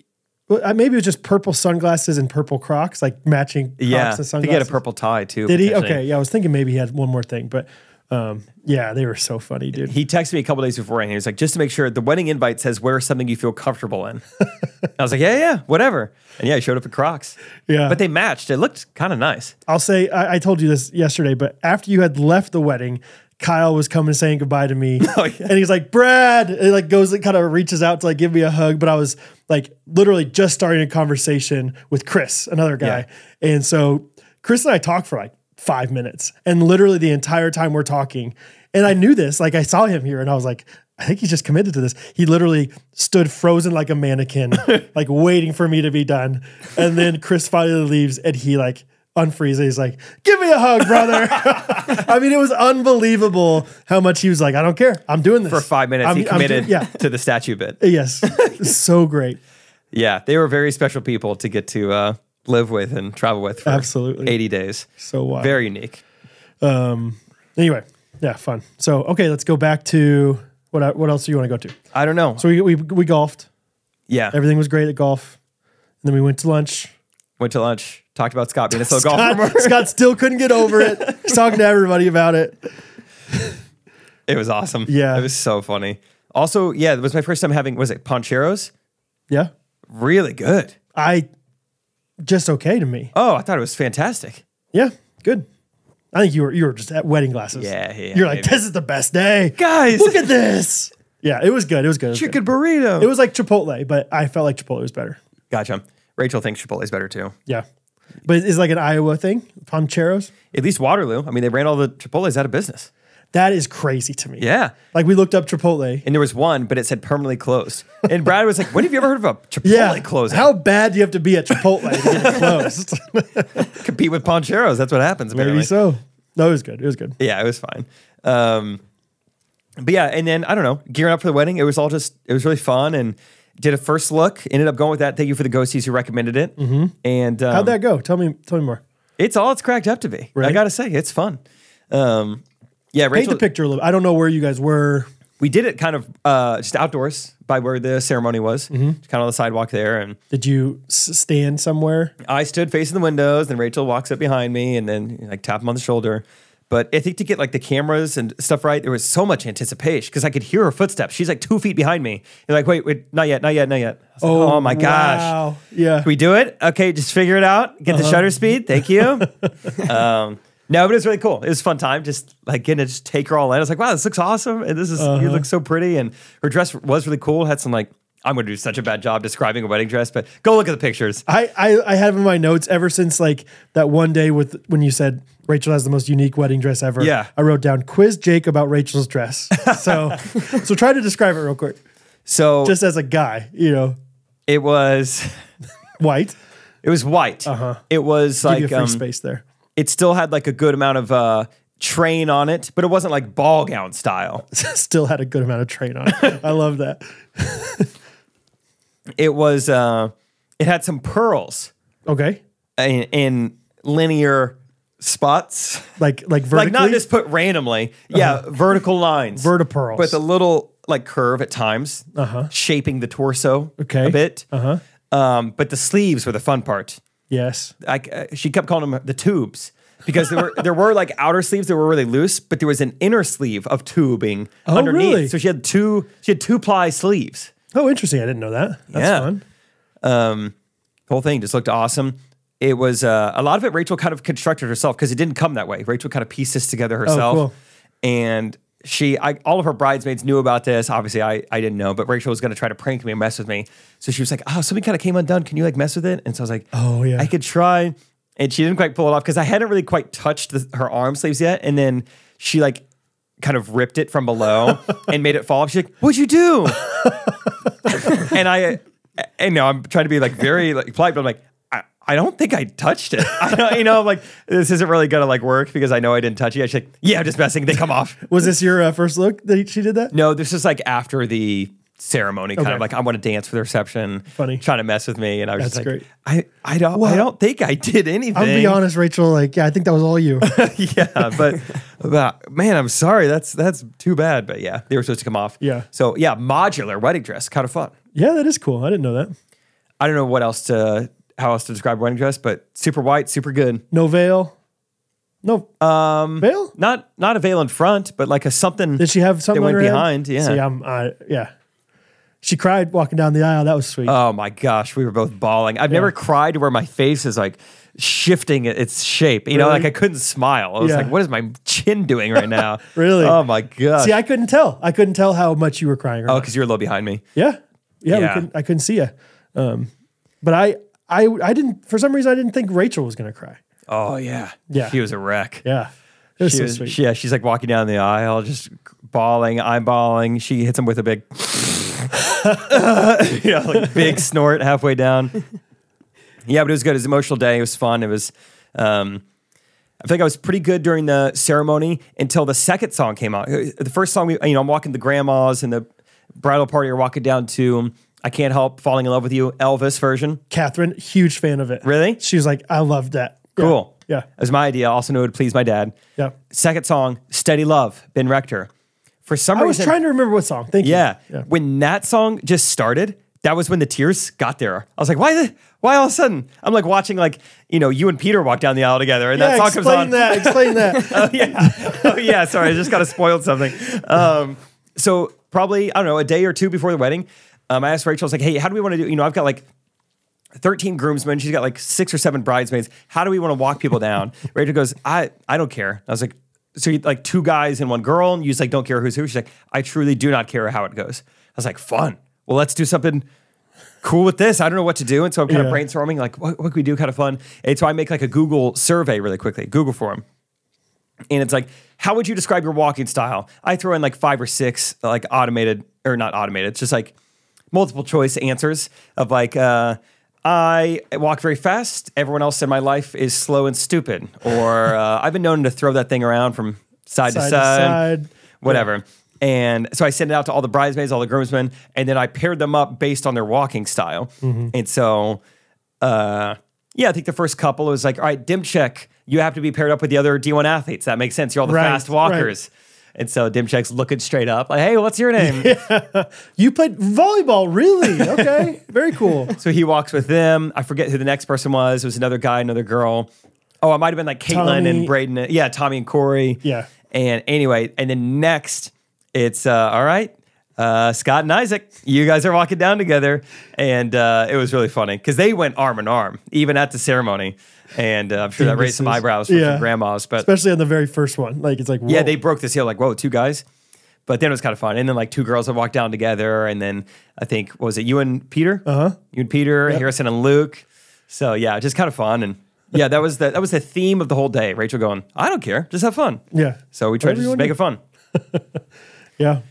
well, uh, maybe it was just purple sunglasses and purple Crocs, like matching Crocs Yeah, I and think sunglasses. he had a purple tie too. Did he? potentially. Okay, yeah, I was thinking maybe he had one more thing, but um, yeah, they were so funny, dude. He texted me a couple days beforehand. He was like, just to make sure, the wedding invite says wear something you feel comfortable in. I was like, yeah, yeah, whatever. And yeah, he showed up at Crocs. Yeah. but they matched. It looked kind of nice. I'll say I, I told you this yesterday, but after you had left the wedding, Kyle was coming saying goodbye to me, Oh, yeah. and he's like, "Brad," and he, like goes and kind of reaches out to like give me a hug, but I was like literally just starting a conversation with Chris, another guy, and so Chris and I talked for like five minutes, and literally the entire time we're talking, and I knew this, like I saw him here, and I was like. I think he's just committed to this. He literally stood frozen like a mannequin, like waiting for me to be done. And then Chris finally leaves and he like unfreeze. He's like, give me a hug, brother. I mean, it was unbelievable how much he was like, I don't care. I'm doing this. For five minutes, I'm- he I'm committed doing- yeah. to the statue bit. Yes. so great. Yeah, they were very special people to get to uh, live with and travel with for Absolutely. 80 days. So wild. Very unique. Anyway. Yeah. Fun. So, okay. Let's go back to what, I, what else do you want to go to? I don't know. So we, we, we golfed. yeah. Everything was great at golf. And then we went to lunch. Went to lunch, talked about Scott being a slow golfer. Scott, Scott still couldn't get over it. He's talking to everybody about it. It was awesome. Yeah. It was so funny. Also, yeah, it was my first time having, was it Poncheros? Yeah. Really good. I just okay to me. Oh, I thought it was fantastic. Yeah, good. I think you were you were just at wedding glasses. Yeah, yeah, You're like, maybe. this is the best day, Guys. Look at this. Yeah, it was good. It was good. It was, good. Chicken burrito. It was like Chipotle, but I felt like Chipotle was better. gotcha. Rachel thinks Chipotle's better too. Yeah, but it's like an Iowa thing, Poncheros. At least Waterloo. I mean, they ran all the Chipotle's out of business. That is crazy to me. Yeah. Like we looked up Chipotle. And there was one, but it said permanently closed. And Brad was like, "When have you ever heard of a Chipotle Yeah. closing? How bad do you have to be at Chipotle to get it closed? compete with Poncheros? That's what happens. Apparently. Maybe so. No, it was good. It was good. Yeah, it was fine. Um, but yeah, and then I don't know, gearing up for the wedding, it was all just it was really fun and did a first look. Ended up going with that. Thank you for the ghosties who recommended it. Mm-hmm. And um, How'd that go? Tell me tell me more. It's all it's cracked up to be. I Right. gotta say, it's fun. Um, yeah, Paint Rachel, the picture a little. I don't know where you guys were. we did it kind of uh, just outdoors by where the ceremony was, Mm-hmm. just kind of on the sidewalk there. And Did you s- stand somewhere? I stood facing the windows, and Rachel walks up behind me and then you know, like tap him on the shoulder. But I think to get like the cameras and stuff right, there was so much anticipation because I could hear her footsteps. She's like two feet behind me. You're like, wait, wait, not yet, not yet, not yet. I was like, oh, my gosh. wow. Yeah. Can we do it? Okay, just figure it out. Get Uh-huh. the shutter speed. Thank you. um, no, but it was really cool. It was a fun time. Just like getting to just take her all in. I was like, wow, this looks awesome. And this is, Uh-huh. you look so pretty. And her dress was really cool. Had some like, I'm going to do such a bad job describing a wedding dress, but go look at the pictures. I, I, I have in my notes ever since like that one day with when you said Rachel has the most unique wedding dress ever. Yeah. I wrote down quiz Jake about Rachel's dress. So so try to describe it real quick. So Just as a guy, you know, it was, white. it was white. It was Uh-huh. like, Give you a free um, space there. it still had like a good amount of uh, train on it, but it wasn't like ball gown style. Still had a good amount of train on it. I love that. It was, uh, it had some pearls. Okay. in, in linear spots. Like like vertically. Uh-huh. Like not just put randomly. Yeah, vertical lines. Vertipearls. With a little like curve at times, uh-huh. shaping the torso Okay. a bit. Uh-huh. Um, but the sleeves were the fun part. yes. I, uh, she kept calling them the tubes because there were there were like outer sleeves that were really loose, but there was an inner sleeve of tubing Oh, underneath. really? So she had two she had two ply sleeves. Oh, interesting. I didn't know that. That's Yeah. Um, fun. The whole thing just looked awesome. It was uh, a lot of it. Rachel kind of constructed herself because it didn't come that way. Rachel kind of pieced this together herself, Oh, cool. and she, I, all of her bridesmaids knew about this. Obviously, I, I didn't know, but Rachel was going to try to prank me and mess with me. So she was like, "Oh, something kind of came undone. Can you like mess with it?" And so I was like, Oh, yeah. I could try." And she didn't quite pull it off because I hadn't really quite touched the, her arm sleeves yet. And then she like kind of ripped it from below and made it fall off. She's like, "What'd you do?" and I, and no, I'm trying to be like very like polite, but I'm like, I, I don't think I touched it. I don't, you know, I'm like, this isn't really gonna like work because I know I didn't touch it. She's like, yeah, I'm just messing. They come off. Was this your uh, first look that she did that? No, this is like after the ceremony, kind Okay. of like I want to dance for the reception. Funny. trying to mess with me, and I was just That's like, I, I don't, I don't think I did anything. I'm be honest, Rachel. Like, yeah, I think that was all you. yeah, but, but man, I'm sorry. That's that's too bad. But yeah, they were supposed to come off. Yeah. So yeah, modular wedding dress, kind of fun. yeah, that is cool. I didn't know that. I don't know what else to how else to describe wedding dress, but super white, super good. No veil. No um, veil. Not not a veil in front, but like a something. Did she have something? They on went her head? behind, yeah. See, I'm. I, yeah. She cried walking down the aisle. That was sweet. oh my gosh, we were both bawling. I've never cried where my face is like shifting its shape. You know, Really? like I couldn't smile. I was Yeah. like, what is my chin doing right now? Really? Oh my gosh. See, I couldn't tell. I couldn't tell how much you were crying. Or oh, not. because you're a little behind me. Yeah. Yeah. We Yeah. couldn't, I couldn't see you. Um, but I, I, I didn't. For some reason, I didn't think Rachel was gonna cry. Oh yeah. Yeah. She was a wreck. Yeah. It was She so was- sweet. she- yeah, she's like walking down the aisle, just bawling, eyeballing. She hits him with a big, you know, like big snort halfway down. Yeah, but it was good. It was an emotional day. It was fun. It was, um, I think I was pretty good during the ceremony until the second song came out. The first song, we, you know, I'm walking the grandmas and the bridal party are walking down to I Can't Help Falling in Love with You, Elvis version. Catherine, huge fan of it. Really? She was like, I loved that. Yeah. Cool. Yeah. It was my idea. I also knew it would please my dad. Yeah. Second song, Steady Love, Ben Rector. For some I was reason, trying to remember what song. Thank yeah, you. Yeah. When that song just started, that was when the tears got there. I was like, why the why all of a sudden? I'm like watching like, you know, you and Peter walk down the aisle together and that Yeah, song explain comes on. that. Explain that. oh yeah. Oh yeah, sorry, I just got to spoiled something. Um, so probably, I don't know, a day or two before the wedding, um, I asked Rachel, I was like, hey, how do we want to do, you know, I've got like 13 groomsmen. She's got like six or seven bridesmaids. How do we want to walk people down? Rachel goes, I, I don't care. I was like, so you like two guys and one girl, and you just like don't care who's who. She's like, I truly do not care how it goes. I was like, fun. Well, let's do something cool with this. I don't know what to do. And so I'm kind Yeah. of brainstorming, like, what, what can we do? Kind of fun. And so I make like a Google survey really quickly, Google form. and it's like, how would you describe your walking style? I throw in like five or six like automated or not automated, it's just like multiple choice answers of like, uh, I walk very fast. Everyone else in my life is slow and stupid. Or uh, I've been known to throw that thing around from side, to Side to side, side. whatever. And so I sent it out to all the bridesmaids, all the groomsmen, and then I paired them up based on their walking style. Mm-hmm. And so uh, yeah, I think the first couple it was like, all right, Dimchek, you have to be paired up with the other D1 athletes. That makes sense. You're all the Right, fast walkers. And so Dimchek's looking straight up, like, hey, what's your name? You played volleyball, really? Okay, very cool. So he walks with them. I forget who the next person was. It was another guy, another girl. Oh, I might have been like Caitlin and Tommy. Braden. Yeah, Tommy and Corey. Yeah. And anyway, and then next, it's uh, all right. Uh, Scott and Isaac, you guys are walking down together, and uh, it was really funny because they went arm in arm even at the ceremony, and uh, I'm sure that raised some Geniuses. eyebrows from Yeah. some grandmas. But Especially on the very first one, like it's like whoa. yeah, they broke the seal like, whoa, two guys. But then it was kind of fun. And then like two girls had walked down together. And then I think, what was it you and Peter? Uh Uh-huh. huh. You and Peter, Harrison and Luke. So yeah, just kind of fun. And yeah, that was the that was the theme of the whole day. Rachel going, I don't care, just have fun. yeah So we tried Whatever to you just wanna make do. it fun. yeah.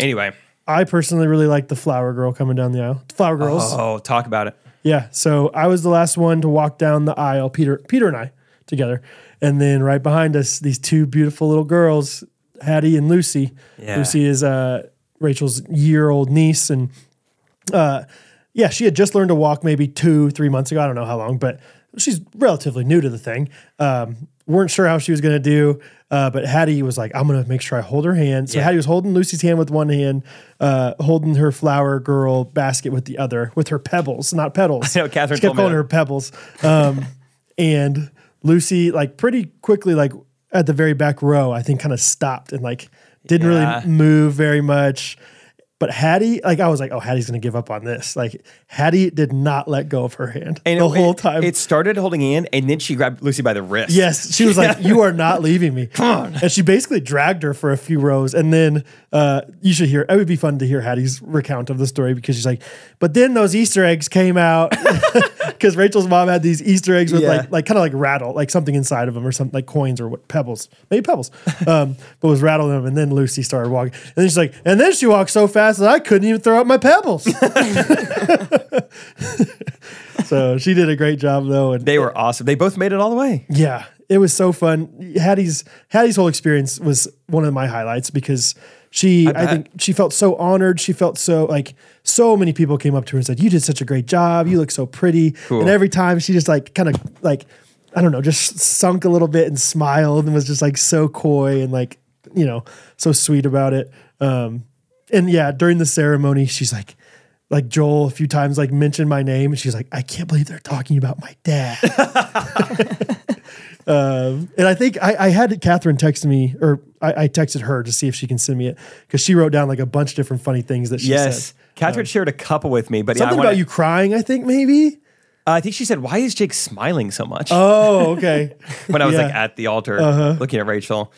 Anyway, I personally really like the flower girl coming down the aisle. Flower girls, oh, talk about it. yeah. So I was the last one to walk down the aisle. Peter, Peter and I together, and then right behind us, these two beautiful little girls, Hattie and Lucy. Yeah. Lucy is uh, Rachel's year-old niece, and yeah, she had just learned to walk maybe two, three months ago. I don't know how long, but she's relatively new to the thing. Um, weren't sure how she was going to do, uh, but Hattie was like, I'm going to make sure I hold her hand. So Yeah. Hattie was holding Lucy's hand with one hand, uh, holding her flower girl basket with the other, with her pebbles, not petals. I know, Catherine she told kept me calling that. her pebbles. Um, and Lucy, like, pretty quickly, like, at the very back row, I think kind of stopped and, like, didn't Yeah. really move very much. But Hattie, like I was like, oh, Hattie's gonna give up on this. Like Hattie did not let go of her hand the it- whole time. It started holding in, and then she grabbed Lucy by the wrist. yes, she was like, you are not leaving me. And she basically dragged her for a few rows, and then uh, you should hear. It would be fun to hear Hattie's recount of the story because she's like, but then those Easter eggs came out because Rachel's mom had these Easter eggs with Yeah. like like kind of like rattle, like something inside of them or something like coins or what pebbles, maybe pebbles. Um, but was rattling them, and then Lucy started walking, and then she's like, and then she walked so fast that I couldn't even throw up my pebbles. so she did a great job though, and They were awesome. They both made it all the way. yeah, it was so fun. Hattie's Hattie's whole experience was one of my highlights because she, I, bet. think, she felt so honored. She felt so like so many people came up to her and said, "You did such a great job. You look so pretty." And every time she just like kind of like I don't know, just sunk a little bit and smiled and was just like so coy and like you know so sweet about it. Um, and yeah, during the ceremony, she's like. Like Joel a few times, like mentioned my name, and she's like, "I can't believe they're talking about my dad." Um, and I think I, I had Catherine text me, or I, I texted her to see if she can send me it because she wrote down like a bunch of different funny things that she Yes. said. Catherine shared a couple with me, but yeah, I, Something wanna- about you crying, I think maybe. uh, I think she said, "Why is Jake smiling so much?" Oh, okay. when I was Yeah. like at the altar looking at Rachel.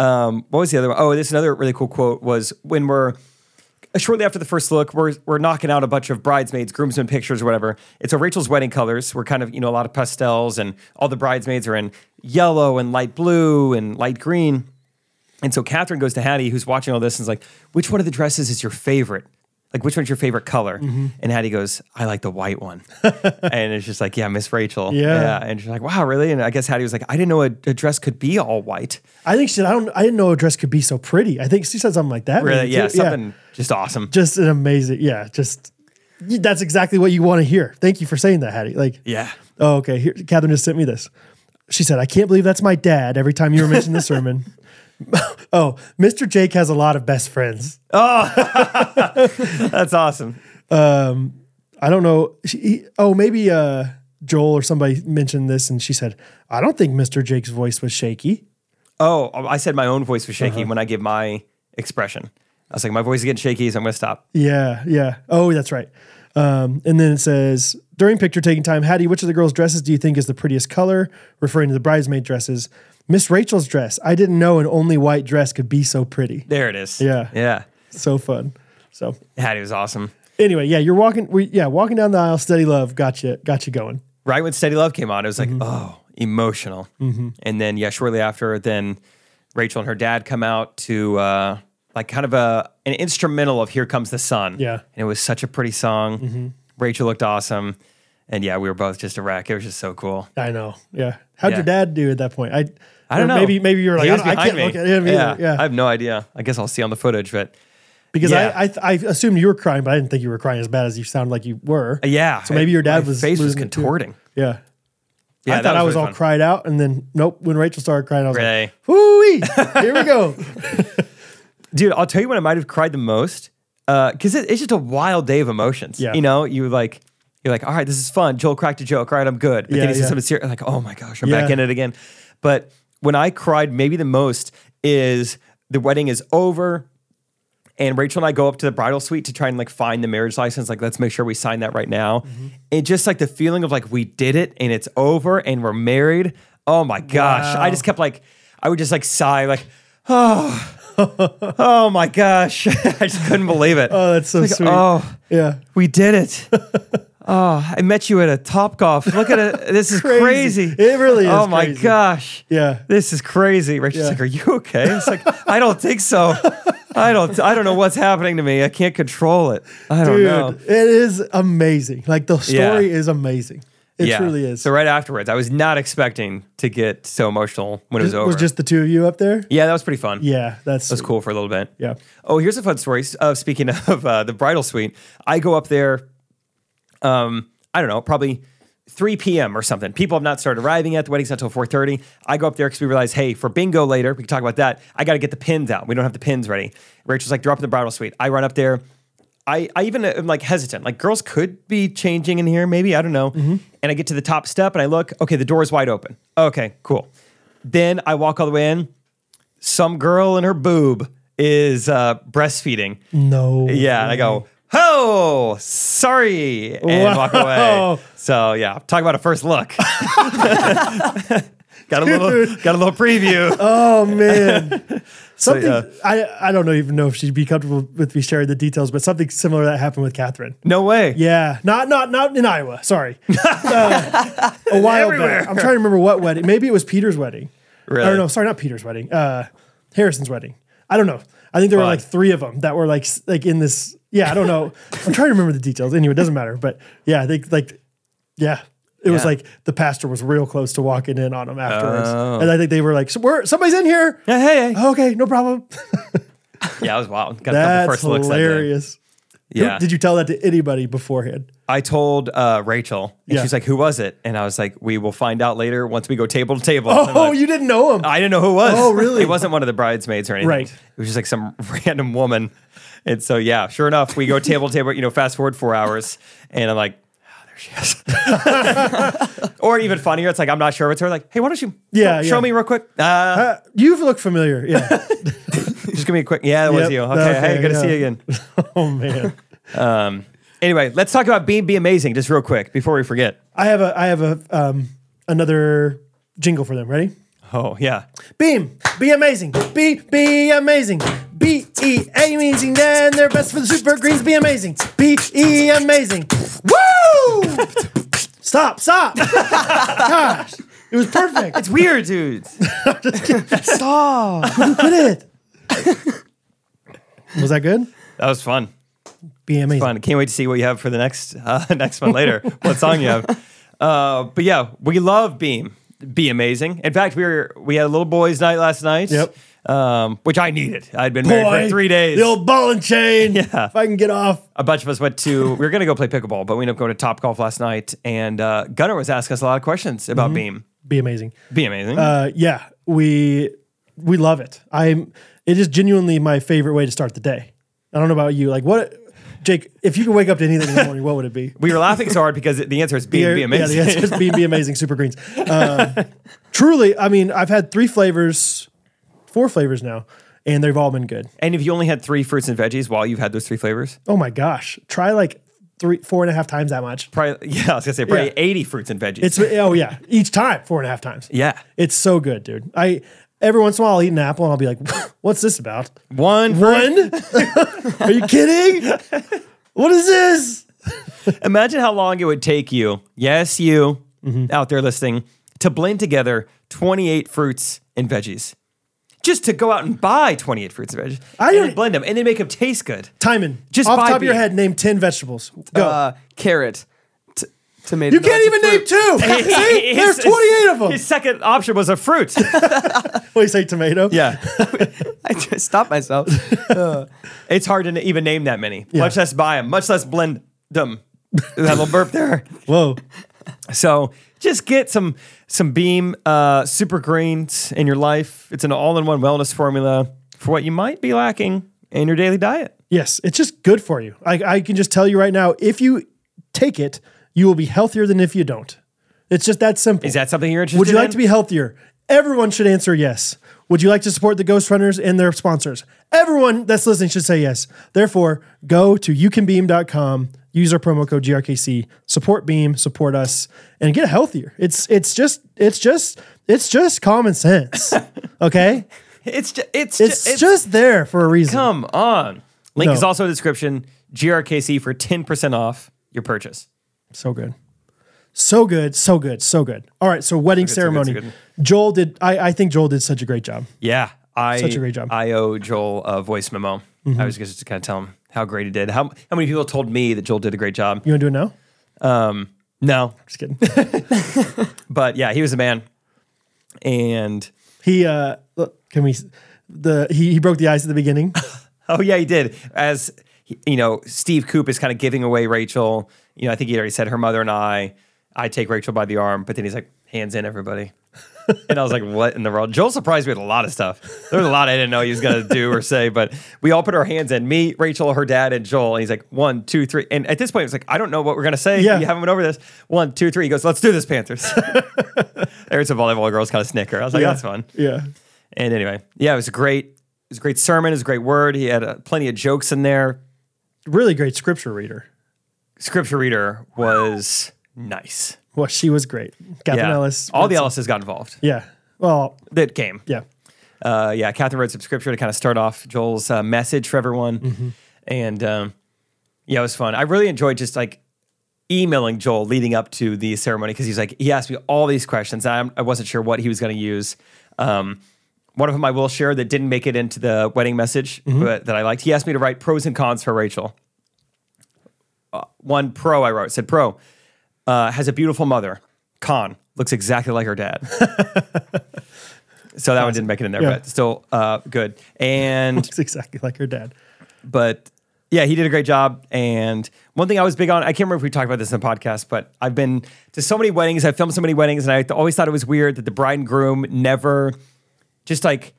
Um, what was the other one? Oh, this another really cool quote was when we're shortly after the first look, we're we're knocking out a bunch of bridesmaids, groomsmen pictures, or whatever. And so Rachel's wedding colors were kind of you know a lot of pastels, and all the bridesmaids are in yellow and light blue and light green. And so Catherine goes to Hattie, who's watching all this, and is like, "Which one of the dresses is your favorite? Like, which one's your favorite color?" And Hattie goes, "I like the white one." and it's just like, "Yeah, Miss Rachel." Yeah. And she's like, "Wow, really?" And I guess Hattie was like, "I didn't know a, a dress could be all white." I think she said, I don't, I didn't know a dress could be so pretty. I think she said something like that. Really? maybe, Yeah, too. something just awesome. Just an amazing, yeah. Just y- that's exactly what you want to hear. Thank you for saying that, Hattie. Like, yeah. Oh, okay. Here, Catherine just sent me this. She said, I can't believe that's my dad every time you were mentioning the sermon. oh, Mr. Jake has a lot of best friends. That's awesome. I don't know. She, he, oh, maybe uh, Joel or somebody mentioned this and she said, I don't think Mr. Jake's voice was shaky. Oh, I said my own voice was shaky Uh-huh. when I give my expression. I was like, my voice is getting shaky, so I'm going to stop. Yeah, yeah. Oh, that's right. Um, and then it says during picture taking time, Hattie, which of the girls' dresses do you think is the prettiest color? Referring to the bridesmaid dresses. Miss Rachel's dress. I didn't know an only white dress could be so pretty. There it is. Yeah. Yeah. So fun. So Hattie was awesome. anyway, yeah, you're walking. We, yeah, walking down the aisle. Steady love got you, got you going. Mm-hmm. right when Steady Love came on, it was like, oh, emotional. And then, yeah, shortly after, then Rachel and her dad come out to uh, like kind of a an instrumental of "Here Comes the Sun." Yeah. Mm-hmm. and it was such a pretty song. Rachel looked awesome, and yeah, we were both just a wreck. It was just so cool. I know. Yeah. How'd Yeah. your dad do at that point? I I don't or know. Maybe maybe you were like, He I, was don't- I behind can't look at him either. Yeah, Yeah. I have no idea. I guess I'll see on the footage, but because yeah. I, I I assumed you were crying, but I didn't think you were crying as bad as you sound like you were. Uh, yeah. So maybe your dad my was face was losing it too. contorting. Yeah. Yeah, I that thought I was really all fun. cried out, and then nope. When Rachel started crying, I was Really? like, "Whoo Here we go." dude i'll tell you when i might have cried the most because it, it's just a wild day of emotions Yeah. you know you like you're like all right this is fun joel cracked a joke all right i'm good but then Yeah, he says yeah. something serious like oh my gosh i'm back Yeah. in it again but when i cried maybe the most is the wedding is over and Rachel and I go up to the bridal suite to try and like find the marriage license. Like, let's make sure we sign that right now. Mm-hmm. And just like the feeling of like we did it and it's over and we're married. Oh my gosh. I just kept like, I would just like sigh, like, oh, oh my gosh. I just couldn't believe it. Oh, that's so Like, sweet. Oh, Yeah. we did it. oh, I met you at a Top Golf. Look at it. This is crazy. Crazy. It really is Oh my crazy. gosh. Yeah. This is crazy. Rachel's Yeah. like, "Are you okay?" It's like, "I don't think so. I don't. I don't know what's happening to me. I can't control it. I don't Dude, know." it is amazing. Like the Yeah. story is amazing. It Yeah. truly is. So right afterwards, I was not expecting to get so emotional when it was It over. was just the two of you up there. yeah, that was pretty fun. Yeah, that's That's cool for a little bit. Yeah. Oh, here's a fun story. S- Uh, speaking of uh, the bridal suite, I go up there. Um, I don't know, probably 3 p.m. or something. People have not started arriving yet. The wedding's not till 4:30. I go up there because we realize, hey, for bingo later, we can talk about that. I got to get the pins out. We don't have the pins ready. Rachel's like, drop in the bridal suite. I run up there. I, I even uh, am like hesitant. Like girls could be changing in here, maybe I don't know. And I get to the top step and I look. Okay, the door is wide open. Okay, cool. Then I walk all the way in some girl in her boob is uh, breastfeeding. No. Yeah, and I go, oh, sorry, and walk Wow. away. So yeah, talk about a first look. got a little, got a little preview. Oh man. something yeah. I I don't know even know if she'd be comfortable with me sharing the details, but something similar that happened with Catherine. no way. Yeah, not not not in Iowa. Sorry, Uh, a while Everywhere. back. I'm trying to remember what wedding. Maybe it was Peter's wedding. Really? I don't know. Sorry, not Peter's wedding. Uh, Harrison's wedding. I don't know. I think there were Fun. like three of them that were like s- like in this. Yeah, I don't know. I'm trying to remember the details. Anyway, it doesn't matter. But yeah, I think like yeah. It was Yeah. like the pastor was real close to walking in on him afterwards, and I think they were like, so we're, "Somebody's in here." Oh. Oh, Yeah, hey, hey. Okay, no problem. yeah, that was wild. Got a couple That's first looks. that day. hilarious. Who- Yeah, Did you tell that to anybody beforehand? I told uh, Rachel, and Yeah. she's like, "Who was it?" And I was like, "We will find out later once we go table to table." I'm Oh, like, you didn't know him. I didn't know who it was. Oh, really? It wasn't one of the bridesmaids or anything. Right. It was just like some random woman. And so, yeah, sure enough, we go table to table, you know, fast forward four hours, and I'm like, oh, there she is. or even funnier, it's like, I'm not sure if it's her. Like, hey, why don't you Yeah, show yeah. me real quick? Uh, Uh, you look familiar. Yeah. just give me a quick, yeah, that was Yep. you. Okay, Okay, hey, good to see you yeah. again. oh man. Um, anyway, let's talk about Beam Be Amazing just real quick before we forget. I have a I have a um another jingle for them. Ready? Oh, yeah. Beam, be amazing. Be be amazing. B E amazing. Then their best for the super greens. Be amazing. B E amazing. Woo! stop! Stop! Gosh, it was perfect. It's Weird dudes. Stop. quit it. Was that good? That was fun. Be amazing. fun. Can't wait to see what you have for the next uh, next one later. what song you have? Uh, but yeah, we love Beam. Be amazing. In fact, we were we had a little boys' night last night. Yep. Um, which I needed. I'd been married Boy, for three days. The old ball and chain. Yeah. If I can get off. a bunch of us went to. We were gonna go play pickleball, but we ended up going to Top Golf last night. And uh, Gunnar was asking us a lot of questions about Beam. Be amazing. Be amazing. Mm-hmm. Uh, yeah, we we love it. I'm. It is genuinely my favorite way to start the day. I don't know about you. Like what, Jake? If you could wake up to anything in the morning, what would it be? we were laughing so hard because the answer is Beam. Yeah, be amazing. Yeah, the answer is be, be amazing. Super greens. Um, truly, I mean, I've had three flavors, four flavors now, and they've all been good. and if you only had three fruits and veggies while you've had those three flavors, Oh my gosh! Try like three, four and a half times that much. probably yeah, I was gonna say probably Yeah. eighty fruits and veggies. It's oh yeah, each time four and a half times. yeah, It's so good, dude. I every once in a while I'll eat an apple and I'll be like, "What's this about?" one fruit One? Are you kidding? What is this? Imagine how long it would take you, yes, you Mm-hmm. out there listening, to blend together 28 fruits and veggies. just to go out and buy 28 fruits and veg. I I and don't- then blend them and they make them taste good. Timon, Just just off buy the top of your beef. head, name ten vegetables. Go. Uh, carrot, t- tomato. you no, can't it's a even name fruit. two. See, there's His- twenty-eight of them. His second option was a fruit. What do you say, tomato? yeah. I just stopped myself. It's hard to n- even name that many, much less buy them, much less blend them. That'll burp there. Whoa. So just get some some Beam uh, Super Greens in your life. It's an all-in-one wellness formula for what you might be lacking in your daily diet. Yes, it's just good for you. I, I can just tell you right now, if you take it, you will be healthier than if you don't. It's just that simple. Is that something you're interested in? Would you like to be healthier? Everyone should answer yes. Would you like to support the Ghost Runners and their sponsors? Everyone that's listening should say yes. Therefore, go to youcanbeam.com, use our promo code GRKC, support Beam, support us, and get healthier. It's it's just it's just it's just common sense. Okay? It's just, it's, It's, ju- it's just there for a reason. come on. Link No. is also in the description. GRKC for 10% off your purchase. So good. So good, so good, so good. All right, so wedding so good, so ceremony. good. Joel did I, I think Joel did such a great job. Yeah. I, Such a great job. Mm-hmm. I owe Joel a voice memo. I was just to kind of tell him how great he did. How, how many people told me that Joel did a great job? Um, You wanna do it now? No, Just kidding. but yeah, he was a man. And He uh look, can we the he, he broke the ice at the beginning. oh yeah, he did. As you know, Steve Coop is kind of giving away Rachel. You know, I think he already said her mother and I. I take Rachel by the arm, but then he's like, hands in everybody. and I was like, what in the world? Joel surprised me with a lot of stuff. There was a lot I didn't know he was gonna do or say, but we all put our hands in. Me, Rachel, her dad, and Joel. And he's like, one, two, three. And at this point, it's like, I don't know what we're gonna say. Yeah. You haven't went over this. One, two, three. He goes, let's do this, Panthers. There's a volleyball girls kind of snicker. I was like, that's fun. Yeah. And anyway, yeah, it was a great. It was a great sermon. It was a great word. He had uh, plenty of jokes in there. Really great scripture reader. Scripture reader was nice. Well, she was great. Catherine Yeah, Ellis. all the Ellises got involved. Yeah. Well, That came. yeah. Uh, yeah, Catherine wrote some scripture to kind of start off Joel's uh, message for everyone, Mm-hmm. and um, yeah, it was fun. I really enjoyed just like emailing Joel leading up to the ceremony because he's like he asked me all these questions. And I'm, I wasn't sure what he was going to use. Um, one of them I will share that didn't make it into the wedding message, but that I liked. He asked me to write pros and cons for Rachel. Uh, one pro I wrote said pro uh, has a beautiful mother. Con looks exactly like her dad. so that one didn't make it in there, Yeah. but still uh, good. And It's exactly like her dad. but yeah, he did a great job. And one thing I was big on, I can't remember if we talked about this in the podcast, but I've been to so many weddings, I've filmed so many weddings, and I always thought it was weird that the bride and groom never just like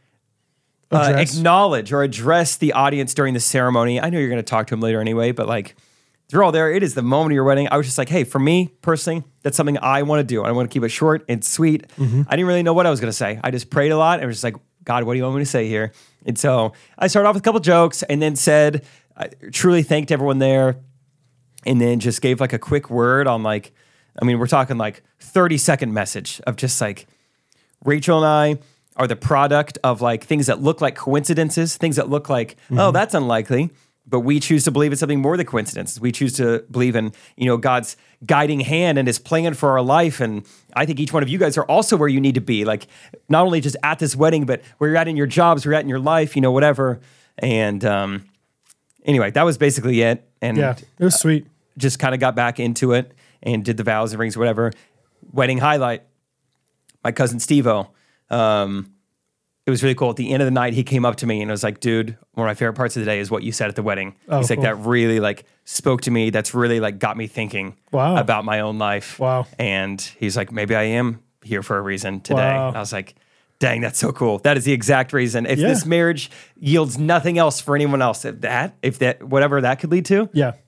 uh, Address. acknowledge or address the audience during the ceremony. I know you're going to talk to him later anyway, but like they're all there. It is the moment of your wedding. I was just like, hey, for me personally, that's something I want to do. I want to keep it short and sweet. I didn't really know what I was going to say. I just prayed a lot and was just like, God, what do you want me to say here? And so I started off with a couple jokes and then said, I truly thanked everyone there and then just gave like a quick word on like i mean we're talking like 30 second message of just like rachel and i are the product of like things that look like coincidences things that look like oh that's unlikely but we choose to believe in something more than coincidence we choose to believe in you know god's guiding hand and his plan for our life and i think each one of you guys are also where you need to be like not only just at this wedding but where you're at in your jobs where you're at in your life you know whatever and um anyway that was basically it and Yeah. It was sweet. just kind of got back into it and did the vows and rings, whatever. Wedding highlight, my cousin Stevo. Um, it was really cool. At the end of the night, he came up to me and was like, "Dude, one of my favorite parts of the day is what you said at the wedding." He's like, Oh, cool. "That really like spoke to me. That's really like got me thinking Wow. about my own life." Wow. And he's like, "Maybe I am here for a reason today." Wow. And I was like. Dang, that's so cool. That is the exact reason. If Yeah. this marriage yields nothing else for anyone else, if that, if that, whatever that could lead to, Yeah. really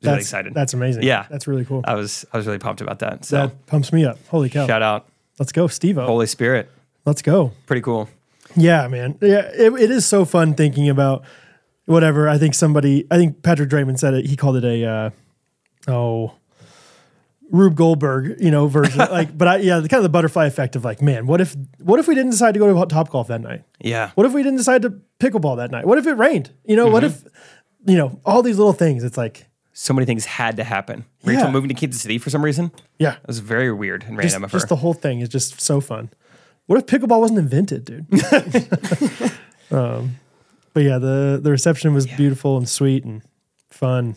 That's excited. That's amazing. Yeah. That's really cool. I was I was really pumped about that. So that oh. pumps me up. Holy cow. shout out Let's go, Steve. Holy Spirit. Let's go. Pretty cool. Yeah, man. Yeah, it, it is so fun thinking about whatever. I think somebody, I think Patrick Draymond said it. He called it a, uh, oh, Rube Goldberg, you know, version. like, but I, yeah, the kind of the butterfly effect of like, man, what if, what if we didn't decide to go to Top Golf that night? Yeah. What if we didn't decide to pickleball that night? What if it rained? You know, what if, you know, all these little things. It's like, So many things had to happen. Rachel Yeah. moving to Kansas City for some reason. That yeah, was very weird and just, random of just her. the whole thing is just so fun. What if pickleball wasn't invented, dude? um, but yeah, the the reception was beautiful and sweet and fun.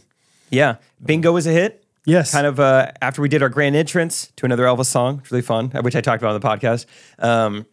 Yeah. Bingo was a hit. Yes, Kind of uh, after we did our grand entrance to another Elvis song, it's really fun, which I talked about on the podcast. Um,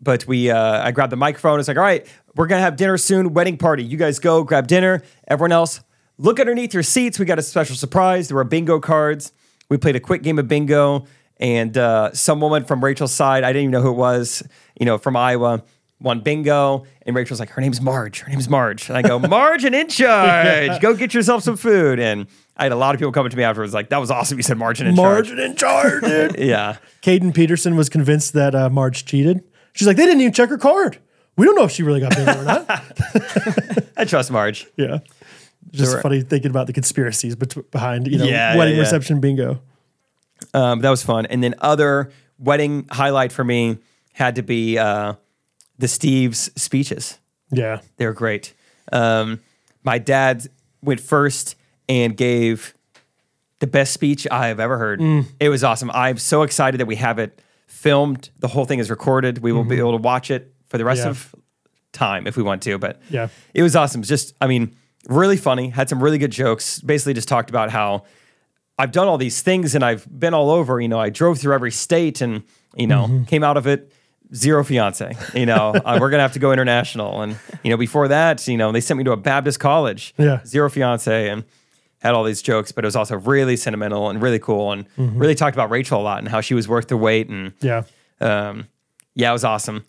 but we, uh, I grabbed the microphone. It's like, all right, we're gonna have dinner soon, wedding party. You guys go grab dinner. Everyone else, look underneath your seats. We got a special surprise. There were bingo cards. We played a quick game of bingo, and uh, some woman from Rachel's side, I didn't even know who it was, you know, from Iowa, won bingo. And Rachel's like, her name's Marge. Her name's Marge. And I go, Marge and in charge. Go get yourself some food. And I had a lot of people coming to me afterwards, like, that was awesome. You said Marge and in charge. Margin in charge, dude. Yeah. Caden Peterson was convinced that uh, Marge cheated. She's like, they didn't even check her card. We don't know if she really got banned or not. I trust Marge. Yeah, just There were- funny thinking about the conspiracies bet- behind you know Yeah, yeah, wedding yeah. reception bingo. Um, that was fun. And then other wedding highlight for me had to be uh, the Steve's speeches. Yeah, They were great. Um, my dad went first and gave the best speech I have ever heard. Mm. It was awesome. I'm so excited that we have it filmed. The whole thing is recorded. We will be able to watch it for the rest Mm-hmm. Yeah. of time if we want to. But Yeah. it was awesome. Just, I mean, really funny. Had some really good jokes. Basically, just talked about how I've done all these things and I've been all over. You know, I drove through every state and you know Mm-hmm. came out of it zero fiance. You know, uh, we're gonna have to go international. And you know, before that, you know, they sent me to a Baptist college. Yeah. zero fiance and had all these jokes, but it was also really sentimental and really cool and Mm-hmm. really talked about Rachel a lot and how she was worth the wait and yeah. um, yeah, it was awesome.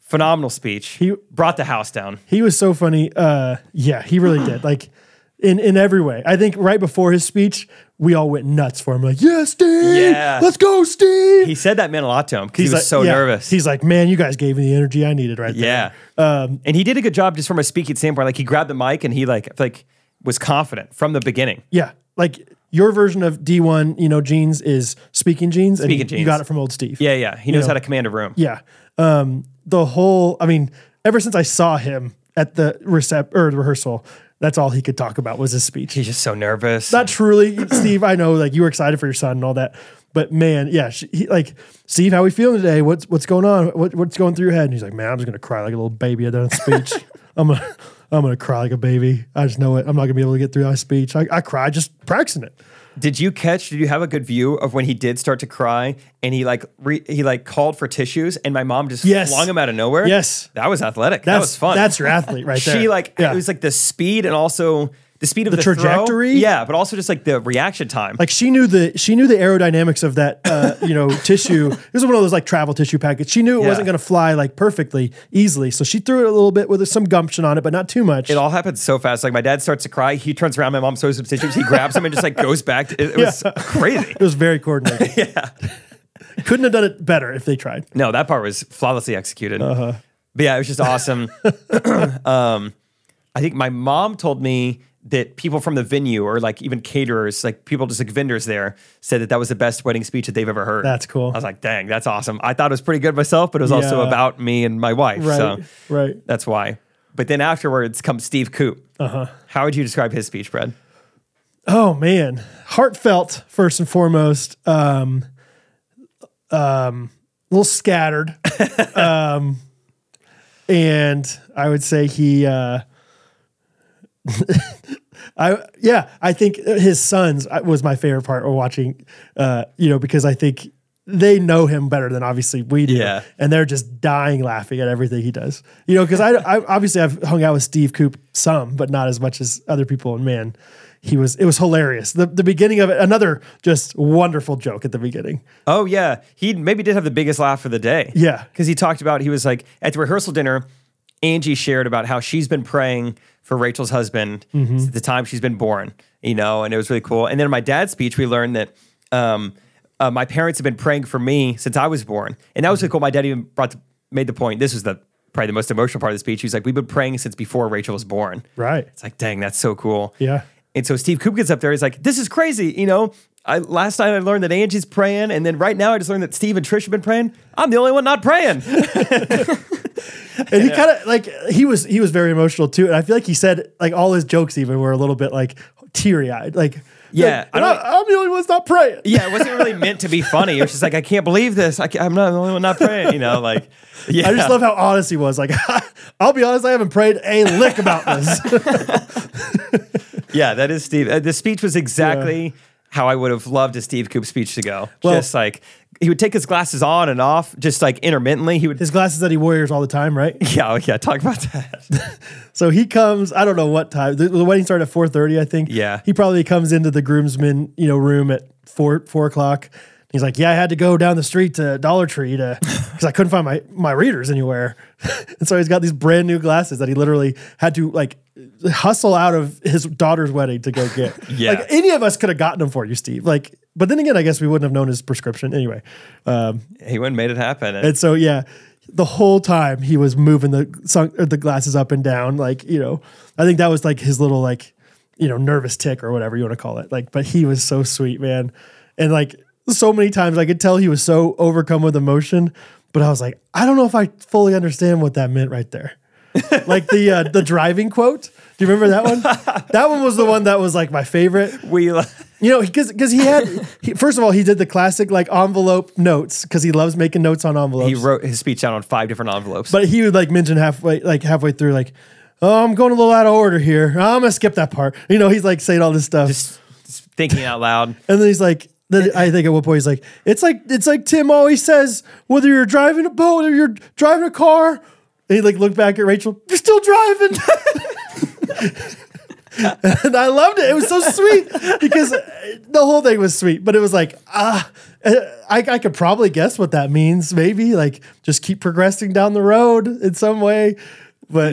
Phenomenal speech. He- brought the house down. He was so funny. Uh, yeah, he really did. Like in in every way. I think right before his speech, we all went nuts for him. Like, yeah, Steve. Yeah. Let's go, Steve. He said that meant a lot to him because he was like- so yeah. nervous. He's like, man, you guys gave me the energy I needed right Yeah. there. Um, and he did a good job just from a speaking standpoint. Like he grabbed the mic and he like like was confident from the beginning. Yeah. Like your version of D1, you know, jeans is speaking jeans. and Speaking you jeans. got it from old Steve. Yeah, yeah. He knows know. how to command a room. Yeah. Um, the whole, I mean, ever since I saw him at the recep or the rehearsal, that's all he could talk about was his speech. He's just so nervous. not truly, Steve. I know, like you were excited for your son and all that, but man, yeah, she, he, like Steve, how we feeling today? What's what's going on? What, what's going through your head? And he's like, man, I'm just gonna cry like a little baby at that speech. I'm gonna I'm gonna cry like a baby. I just know it. I'm not gonna be able to get through that speech. I, I cry just practicing it. did you catch? Did you have a good view of when he did start to cry and he like re, he like called for tissues and my mom just Yes. flung him out of nowhere? Yes. that was athletic. That's that was fun. That's your athlete right there. she like yeah. it was like the speed and also the speed of the, throw. trajectory? Yeah, but also just like the reaction time. like she knew the she knew the aerodynamics of that uh, you know tissue. This was one of those like travel tissue packets. She knew it Yeah. wasn't going to fly like perfectly easily, so she threw it a little bit with some gumption on it, but not too much. it all happened so fast. Like my dad starts to cry, he turns around, my mom throws some tissues, he grabs him and just like goes back. To, it, it was crazy. It was very coordinated. yeah. Couldn't have done it better if they tried. No, that part was flawlessly executed. Uh-huh. But yeah, it was just awesome. um, I think my mom told me that people from the venue or like even caterers, like people just like vendors there, said that that was the best wedding speech that they've ever heard. That's cool. I was like, dang, that's awesome. I thought it was pretty good myself, but it was also Yeah. about me and my wife. Right. So Right. that's why. But then afterwards comes Steve Coop. Uh-huh. How would you describe his speech, Brad? Oh man. Heartfelt first and foremost. Um um a little scattered. um and I would say he uh I yeah, I think his sons uh, was my favorite part of watching uh you know because I think they know him better than obviously we do. Yeah. and they're just dying laughing at everything he does. You know, because I, I obviously I've hung out with Steve Coop some, but not as much as other people. And man, he was it was hilarious. The the beginning of it, another just wonderful joke at the beginning. Oh yeah, he maybe did have the biggest laugh of the day. Yeah. because he talked about he was like at the rehearsal dinner. Angie shared about how she's been praying for Rachel's husband Mm-hmm. since the time she's been born. You know, and it was really cool. And then in my dad's speech, we learned that um, uh, my parents have been praying for me since I was born, and that Mm-hmm. was really cool. My dad even brought the, made the point. This was the probably the most emotional part of the speech. He was like, "We've been praying since before Rachel was born." Right. It's like, dang, that's so cool. Yeah. And so Steve Koop gets up there. He's like, this is crazy. You know, I, last night I learned that Angie's praying. And then right now I just learned that Steve and Trish have been praying. I'm the only one not praying. And he kind of like he was he was very emotional too. And I feel like he said like all his jokes even were a little bit like teary eyed. Like Yeah, I I don't- am the only one that's not praying. Yeah, it wasn't really meant to be funny. It was just like, I can't believe this. I am not the only one not praying. You know, like, yeah. I just love how honest he was. Like, I'll be honest, I haven't prayed a lick about this. Yeah, that is Steve. Uh, the speech was exactly how I would have loved a Steve Coop speech to go. Well- just like he would take his glasses on and off, just like intermittently. He would. His glasses that he wears all the time, right? yeah, oh, yeah. Talk about that. So he comes. I don't know what time. The, the wedding started at four thirty, I think. Yeah. He probably comes into the groomsmen, you know, room at four four o'clock. He's like, "Yeah, I had to go down the street to Dollar Tree to because I couldn't find my my readers anywhere." and so he's got these brand new glasses that he literally had to like hustle out of his daughter's wedding to go get. Yeah. Like any of us could have gotten them for you, Steve. Like, but then again, I guess we wouldn't have known his prescription anyway. Um, he went and made it happen. And and so yeah, the whole time he was moving the sunk, or the glasses up and down, like you know, I think that was like his little like you know nervous tick or whatever you want to call it. Like, but he was so sweet, man, and like so many times I could tell he was so overcome with emotion, but I was like, I don't know if I fully understand what that meant right there. like the uh, the driving quote. Do you remember that one? that one was the one that was like my favorite. we. lo- You know, because he had he, first of all he did the classic like envelope notes because he loves making notes on envelopes. He wrote his speech out on five different envelopes. but he would like mention halfway like halfway through like, oh I'm going a little out of order here. I'm gonna skip that part. You know, he's like saying all this stuff, just, just thinking out loud. and then he's like. Then I think at one point he's like, it's like it's like Tim always says, whether you're driving a boat or you're driving a car, and he like looked back at Rachel, you're still driving. and I loved it. It was so sweet because the whole thing was sweet, but it was like, ah, uh, I, I could probably guess what that means. Maybe like just keep progressing down the road in some way. But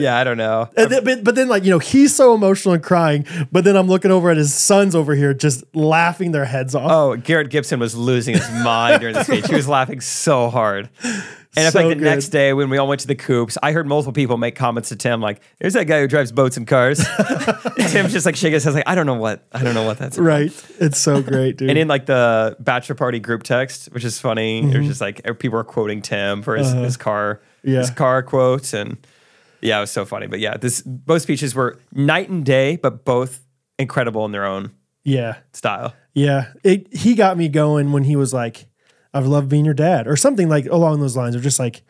Yeah, I don't know. and then, but, but then, like, you know, he's so emotional and crying. But then I'm looking over at his sons over here just laughing their heads off. Oh, Garrett Gibson was losing his mind during the speech. He was laughing so hard. And it's So like the good. next day when we all went to the coops, I heard multiple people make comments to Tim like, "There's that guy who drives boats and cars." Tim's just like shaking his head like, "I don't know what, I don't know what that's." Right. It's so great, dude. Oh. And in like the bachelor party group text, which is funny, it was just like er, people are quoting Tim for his, his car, Mm-hmm. Uh-huh. Yeah. his car quotes, and yeah, it was so funny. But yeah, this both speeches were night and day, but both incredible in their own yeah. style. Yeah. It, he got me going when he was like, I've loved being your dad or something like along those lines or just like,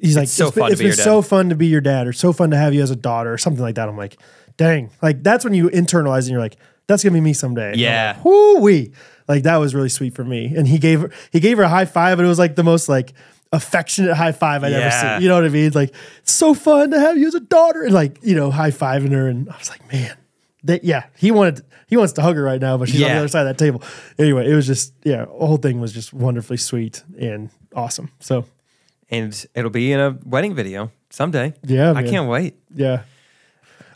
he's like, so "It's been- fun to it's be been your dad." so fun to be your dad or so fun to have you as a daughter or something like that. I'm like, dang, like that's when you internalize and you're like, that's going to be me someday. Yeah. Whoo wee. Like that was really sweet for me. And he gave her, he gave her a high five and it was like the most like affectionate high five I'd ever Yeah. seen. You know what I mean? Like it's so fun to have you as a daughter and like, you know, high fiving her. And I was like, man, that, yeah, he wanted, he wants to hug her right now, but she's on Yeah. the other side of that table. Anyway, it was just, yeah, the whole thing was just wonderfully sweet and awesome. So and it'll be in a wedding video someday. Yeah, I man. can't wait. Yeah.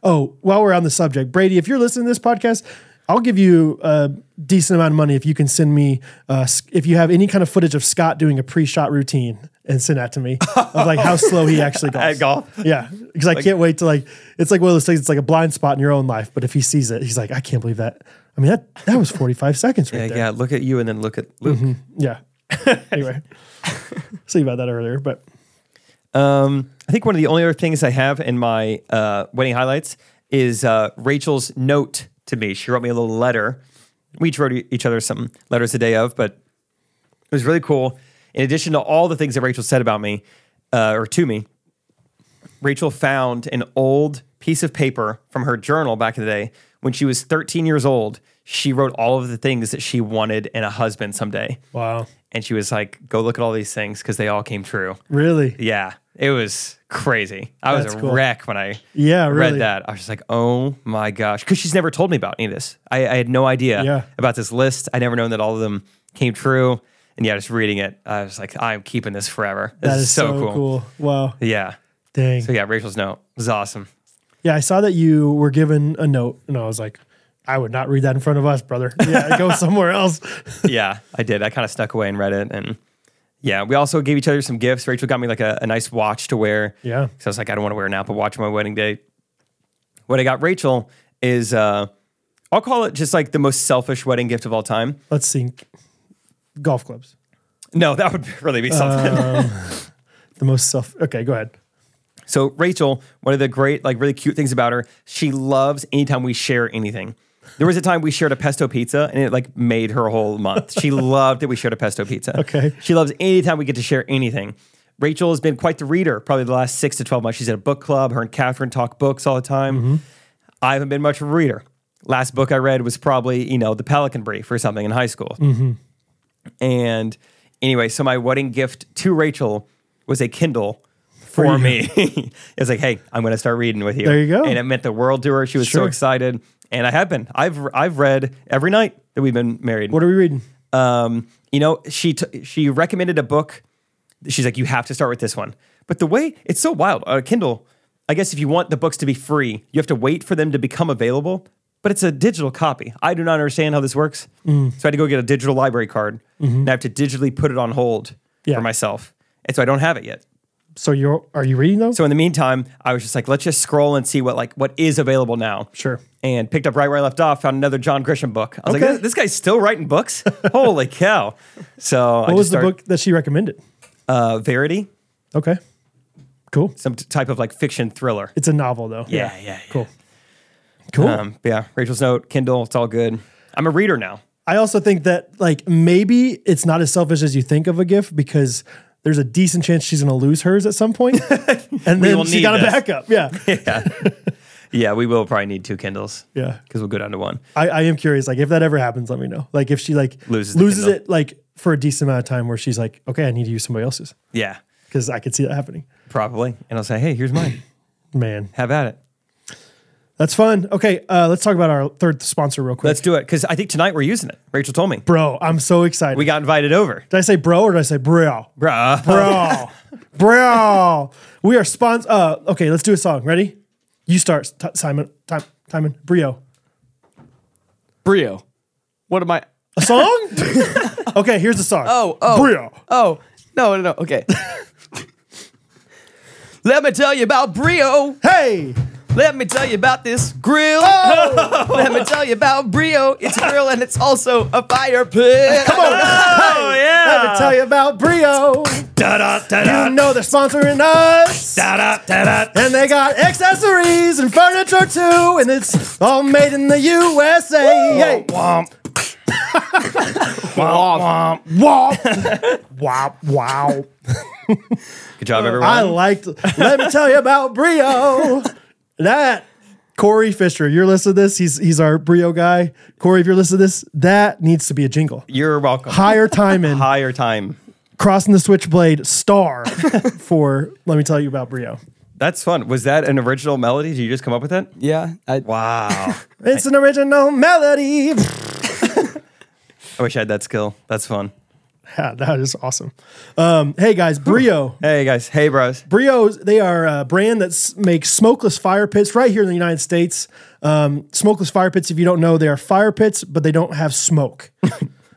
Oh, while we're on the subject, Brady, if you're listening to this podcast, I'll give you a decent amount of money if you can send me, uh, s- if you have any kind of footage of Scott doing a pre-shot routine and send that to me of like how slow he actually golfs. At golf? Yeah. Because I can't wait to like, it's like one of those things, it's like a blind spot in your own life. But if he sees it, he's like, I can't believe that. I mean, that, that was 45 seconds right Yeah, there. yeah, look at you and then look at Luke. Yeah. anyway, see about that earlier, but Um, I think one of the only other things I have in my uh, wedding highlights is uh, Rachel's note to me. She wrote me a little letter. We each wrote e- each other some letters a day of, but it was really cool. In addition to all the things that Rachel said about me uh, or to me, Rachel found an old piece of paper from her journal back in the day when she was 13 years old. She wrote all of the things that she wanted in a husband someday. wow. And she was like, go look at all these things because they all came true. Really? Yeah, it was crazy. I was That's a cool. wreck when I Yeah, really. read that. I was just like, oh my gosh, because she's never told me about any of this. I, I had no idea Yeah. about this list. I never known that all of them came true. And yeah, just reading it, I was like, I'm keeping this forever. This That is, is so cool. Wow. Yeah. Dang. So yeah, Rachel's note was awesome. Yeah, I saw that you were given a note, and I was like, I would not read that in front of us, brother. Yeah, go somewhere else. yeah, I did. I kind of snuck away and read it. And yeah, we also gave each other some gifts. Rachel got me like a, a nice watch to wear. Yeah. So I was like, I don't want to wear an Apple Watch on my wedding day. What I got Rachel is, uh, I'll call it just like the most selfish wedding gift of all time. Let's think. Golf clubs. No, that would really be something. The most self. Okay, go ahead. So Rachel, one of the great, like really cute things about her, she loves anytime we share anything. There was a time we shared a pesto pizza and it like made her whole month. She loved that we shared a pesto pizza. Okay. She loves anytime we get to share anything. Rachel has been quite the reader, probably the last six to 12 months. She's at a book club. Her and Catherine talk books all the time. I haven't been much of a reader. Last book I read was probably, you know, The Pelican Brief or something in high school. Mm-hmm. And anyway, so my wedding gift to Rachel was a Kindle for, you. me. it was like, hey, I'm going to start reading with you. There you go. And it meant the world to her. She was so Sure. excited, and I have been. I've I've read every night that we've been married. What are we reading? Um, you know, she t- she recommended a book. She's like, you have to start with this one. But the way it's so wild, uh, Kindle. I guess if you want the books to be free, you have to wait for them to become available. But it's a digital copy. I do not understand how this works. So I had to go get a digital library card, and I have to digitally put it on hold Yeah. for myself. And so I don't have it yet. So you're are you reading those? So in the meantime, I was just like, let's just scroll and see what like what is available now. Sure. And picked up right where I left off, found another John Grisham book. I was Okay. like, this, this guy's still writing books. Holy cow! So I what just was the started, book that she recommended? Uh, Verity, Okay, cool. some t- type of like fiction thriller. It's a novel though. Yeah, yeah, yeah. Cool. Cool. Um, but yeah, Rachel's note, Kindle, it's all good. I'm a reader now. I also think that like maybe it's not as selfish as you think of a gift because there's a decent chance she's going to lose hers at some point, and will then she need got a this. backup. Yeah, Yeah, we will probably need two Kindles. yeah. because we'll go down to one. I, I am curious. Like if that ever happens, let me know. Like if she like Loses loses the Kindle. it like for a decent amount of time, where she's like, okay, I need to use somebody else's Yeah, because I could see that happening. probably. And I'll say, hey, here's mine. Man, Have at it. that's fun. Okay, uh, let's talk about our third sponsor real quick, Let's do it because I think tonight we're using it. Rachel told me bro. I'm so excited. we got invited over, did I say bro or did I say bro? bruh. Bro, bro, we are sponsor. Uh, okay, let's do a song. Ready? You start, T- Simon. Time, Timon. Brio. Brio. What am I? A song? okay, here's the song. Oh, oh. Brio. Oh, no, no, no. Okay. Let me tell you about Brio. Hey, Let me tell you about this grill. Let me tell you about Brio. It's a grill and it's also a fire pit. Come on. Oh yeah. let me tell you about Brio. Da da da You know they're sponsoring us, da da da. and they got accessories and furniture too, and it's all made in the USA. Hey. Womp. womp. Wow, wow, wow. Good job, everyone. Uh, I liked. Let me tell you about Brio. That Corey Fisher, you're listening to this. He's he's our Brio guy. Corey, if you're listening to this, that needs to be a jingle. You're welcome. Higher time in Higher time. crossing the switchblade star for let me tell you about Brio. That's fun. Was that an original melody? Did you just come up with it? Yeah. I, Wow. It's an original melody. I wish I had that skill. That's fun. Yeah, that is awesome. Um, hey guys, Brio. Hey guys. Hey bros. Brios, they are a brand that s- makes smokeless fire pits right here in the United States. Um, smokeless fire pits, if you don't know, they are fire pits, but they don't have smoke.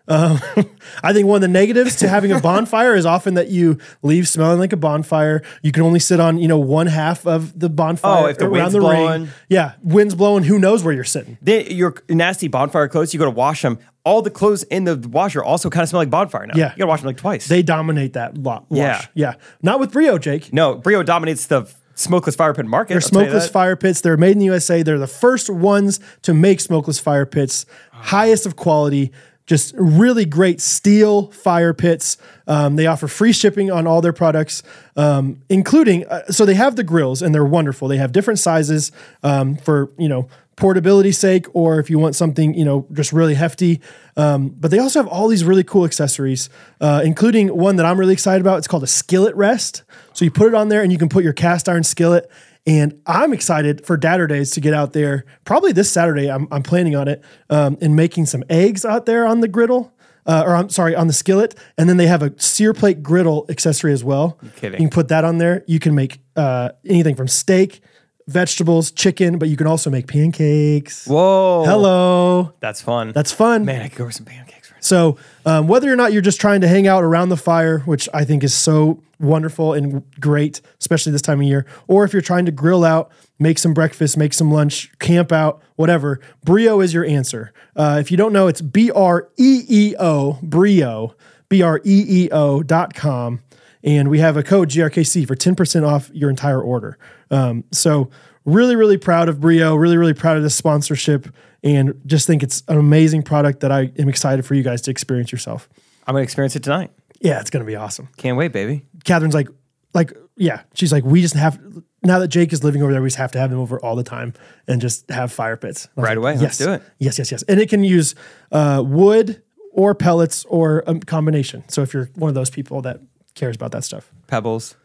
Um, I think one of the negatives to having a bonfire is often that you leave smelling like a bonfire. You can only sit on, you know, one half of the bonfire Oh, if the around wind's the blowing. ring. Yeah, wind's blowing. Who knows where you're sitting? Then your nasty bonfire clothes. You go to wash them. All the clothes in the washer also kind of smell like bonfire now. Yeah. You gotta wash them like twice. They dominate that lot. Yeah. yeah. Not with Brio, Jake. no, Brio dominates the smokeless fire pit market. They're I'll tell you smokeless that. fire pits. They're made in the USA. They're the first ones to make smokeless fire pits, highest of quality. Just really great steel fire pits. Um, they offer free shipping on all their products, um, including uh, so they have the grills and they're wonderful. They have different sizes um, for you know portability sake, or if you want something, you know, just really hefty. Um, but they also have all these really cool accessories, uh, including one that I'm really excited about. It's called a skillet rest. So you put it on there and you can put your cast iron skillet. And I'm excited for Datter Days to get out there. Probably this Saturday, I'm, I'm planning on it um, and making some eggs out there on the griddle. Uh, or I'm sorry, on the skillet, and then they have a sear plate griddle accessory as well. kidding. You can put that on there. You can make uh, anything from steak, vegetables, chicken, but you can also make pancakes. Whoa. Hello. That's fun. That's fun. man. I could go with some pancakes. Right So, um, whether or not you're just trying to hang out around the fire, which I think is so wonderful and great, especially this time of year, or if you're trying to grill out, make some breakfast, make some lunch, camp out, whatever, Brio is your answer. Uh, if you don't know, it's B R E E O, Brio, B R E E O dot com. And we have a code GRKC for 10% off your entire order. Um, so, really, really proud of Brio. Really, really proud of this sponsorship, and just think it's an amazing product that I am excited for you guys to experience yourself. I'm gonna experience it tonight. Yeah, it's gonna be awesome. Can't wait, baby. Catherine's like, like, yeah, she's like, we just have now that Jake is living over there, we just have to have him over all the time and just have fire pits And I was Right away, Yes, let's do it. Yes, yes, yes, and it can use uh, wood or pellets or a combination. So if you're one of those people that cares about that stuff, Pebbles,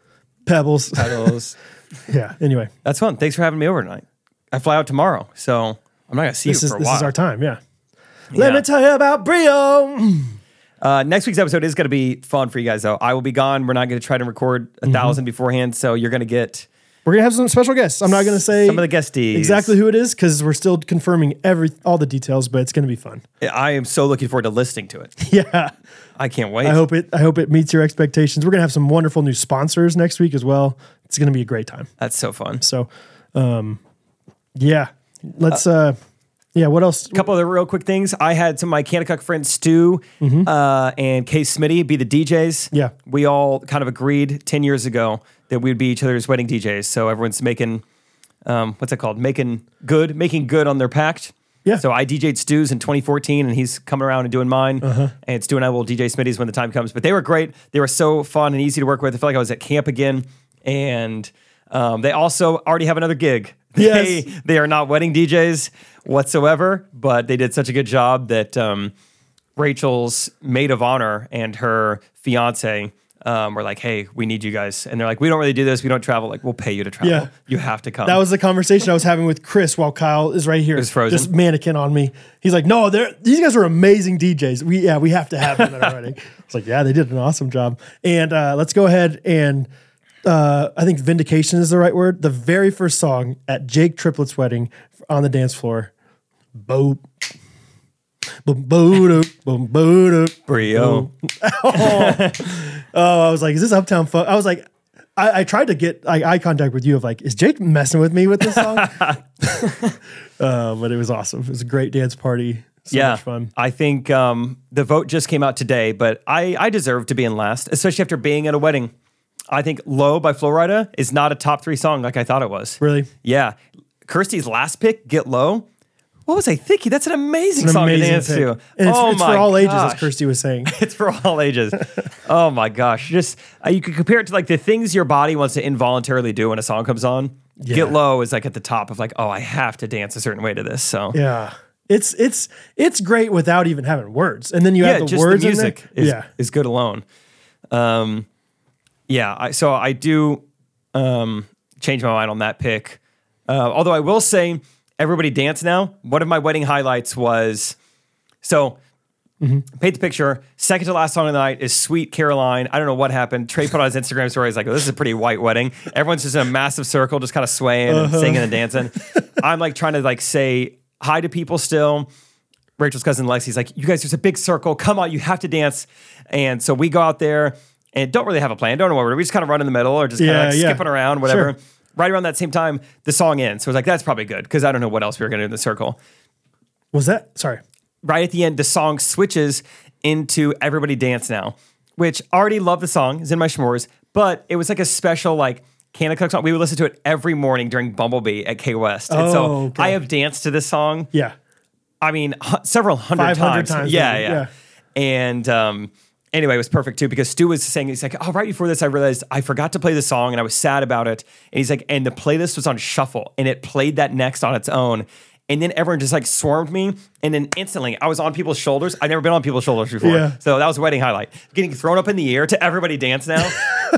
pebbles. pebbles. yeah. Anyway, That's fun. Thanks for having me over tonight. I fly out tomorrow, so I'm not gonna see this you is for a this while. is our time. Yeah. Let Yeah. me tell you about Brio. Uh, next week's episode is going to be fun for you guys, though. I will be gone. We're not going to try to record Mm-hmm. a thousand beforehand, so you're going to get We're gonna have some special guests. I'm not gonna say some of the guesties. exactly who it is because we're still confirming every all the details, but it's gonna be fun. I am so looking forward to listening to it. Yeah. I can't wait. I hope it I hope it meets your expectations. We're gonna have some wonderful new sponsors next week as well. It's gonna be a great time. That's so fun. So um yeah. Let's uh, yeah, what else? couple other real quick things. I had some of my Canacuck friends, Stu uh, and Kay Smitty, be the DJs. Mm-hmm. Yeah. We all kind of agreed 10 years ago that we would be each other's wedding DJs. So everyone's making, um, what's it called? Making good, making good on their pact. Yeah. So I DJ'd Stu's in 2014 and he's coming around and doing mine. Uh-huh. And Stu and I will DJ Smitty's when the time comes. But they were great. They were so fun and easy to work with. I felt like I was at camp again. And um, they also already have another gig. Yes. They- they are not wedding DJs whatsoever, but they did such a good job that um, Rachel's maid of honor and her fiance um, were like, "Hey, we need you guys," and they're like, "We don't really do this. We don't travel. Like, we'll pay you to travel. Yeah. You have to come." That was the conversation I was having with Chris while Kyle is right here. He's frozen. Just mannequin on me. He's like, no, they're, these guys are amazing DJs. We yeah, we have to have them at our wedding. It's like, yeah, they did an awesome job. And uh, let's go ahead and uh, I think vindication is the right word. The very first song at Jake Triplett's wedding on the dance floor. Boop. Boom, boom, boom, boom, Brio. Oh, I was like, is this Uptown Funk? I was like, I, I tried to get like, eye contact with you of like, is Jake messing with me with this song? uh, but it was awesome. It was a great dance party. So yeah, much fun. I think um, the vote just came out today, but I I deserve to be in last, especially after being at a wedding. I think "Low" by Florida is not a top three song like I thought it was. Really? Yeah. Kirsty's last pick, Get Low. What was I thinking? That's an amazing An song amazing to dance pick. to. And it's, oh it's my for all ages, gosh. as Kirsty was saying. It's for all ages. oh my gosh. Just uh, you could compare it to like the things your body wants to involuntarily do when a song comes on. Get Low is like at the top of like, oh, I have to dance a certain way to this. So Yeah. It's it's it's great without even having words. And then you yeah, have the just words the music in there. is, yeah. is good alone. Um, yeah, I, so I do um, change my mind on that pick. Uh, although I will say, everybody dance now. One of my wedding highlights was so. Mm-hmm. Paint the picture. Second to last song of the night is "Sweet Caroline." I don't know what happened. Trey put on his Instagram story. He's like, "This is a pretty white wedding. Everyone's just in a massive circle, just kind of swaying and Uh-huh. singing and dancing." I'm like trying to like say hi to people still. Rachel's cousin Lexi's like, you guys, there's a big circle. Come on, you have to dance. And so we go out there and don't really have a plan. Don't know what we're doing. We just kind of run in the middle or just kind of Yeah, like yeah. skipping around, whatever. Sure. Right around that same time, the song ends. So I was like, that's probably good because I don't know what else we were going to do in the circle. Was that sorry. Right at the end, the song switches into Everybody Dance Now, which already love the song. It's in my s'mores, but it was like a special, like, Canacook song. We would listen to it every morning during Bumblebee at K West. and so Oh, okay. I have danced to this song Yeah. I mean, hu- several hundred 500 times. times, Yeah, maybe. yeah, And um, anyway, it was perfect too because Stu was saying, he's like, oh, right before this, I realized I forgot to play the song and I was sad about it. And he's like, and the playlist was on shuffle and it played that next on its own. And then everyone just like swarmed me. And then instantly I was on people's shoulders. I've never been on people's shoulders before. Yeah. So that was a wedding highlight. Getting thrown up in the air to everybody dance now.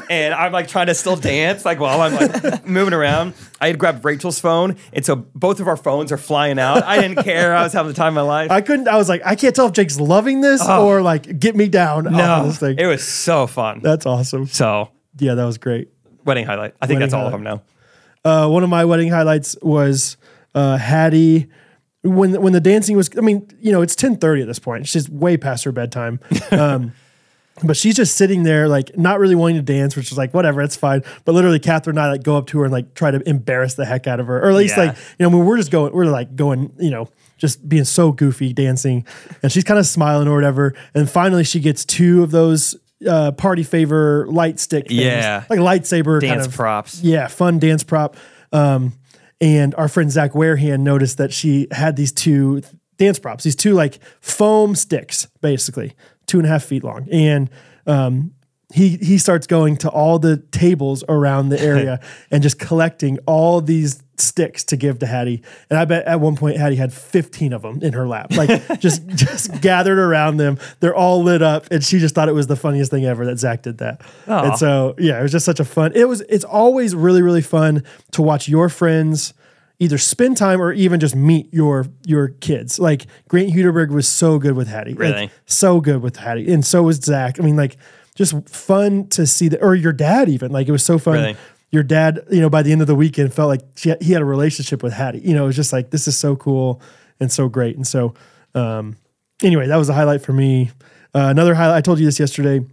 and I'm like trying to still dance, like while I'm like moving around. I had grabbed Rachel's phone. And so both of our phones are flying out. I didn't care. I was having the time of my life. I couldn't I was like, I can't tell if Jake's loving this or like get me down no, off of this thing. Oh. it was so fun. That's awesome. so Yeah, that was great. wedding highlight. I think Wedding that's all of them highlight. now. uh, one of my wedding highlights was uh, Hattie when when the dancing was. I mean, you know, it's ten thirty at this point. She's way past her bedtime. Um, But she's just sitting there, like not really wanting to dance, which is like whatever, it's fine. But literally, Catherine and I like go up to her and like try to embarrass the heck out of her, or at least Yeah. like you know, when we're just going, we're like going, you know, just being so goofy dancing, and she's kind of smiling or whatever. And finally, she gets two of those uh, party favor light stick, things, Yeah. like lightsaber Dance kind of props. yeah, fun dance prop. Um, And our friend Zach Warehand noticed that she had these two dance props, these two like foam sticks, basically two and a half feet long. And um, he he starts going to all the tables around the area and just collecting all these sticks to give to Hattie. And I bet at one point Hattie had 15 of them in her lap. Like just just gathered around them. They're all lit up and she just thought it was the funniest thing ever that Zach did that. And so yeah, it was just such a fun. It was it's always really really fun to watch your friends either spend time or even just meet your your kids. Like Grant Huderberg was so good with Hattie. Like, Really? so good with Hattie, and so was Zach. I mean, like, just fun to see that, or your dad even. Like, it was so fun. Really? Your dad, you know, by the end of the weekend, felt like she had, he had a relationship with Hattie. You know, it was just like this is so cool and so great. And so, um, anyway, that was a highlight for me. Uh, another highlight. I told you this yesterday.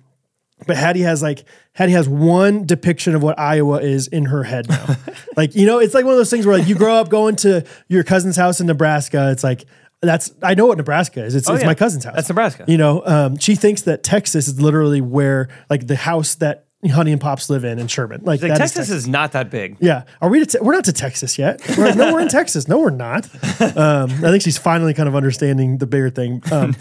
But Hattie has like Hattie has one depiction of what Iowa is in her head now. like you know, it's like one of those things where like you grow up going to your cousin's house in Nebraska. It's like that's I know what Nebraska is. It's, it's Oh, yeah. my cousin's house. That's Nebraska. You know, um, she thinks that Texas is literally where like the house that Honey and Pops live in in Sherman. Like, Like, that is Texas, is not that big. yeah. Are we? To te- we're not to Texas yet. We're like, no, we're in Texas. No, we're not. Um, I think she's finally kind of understanding the bigger thing. Um,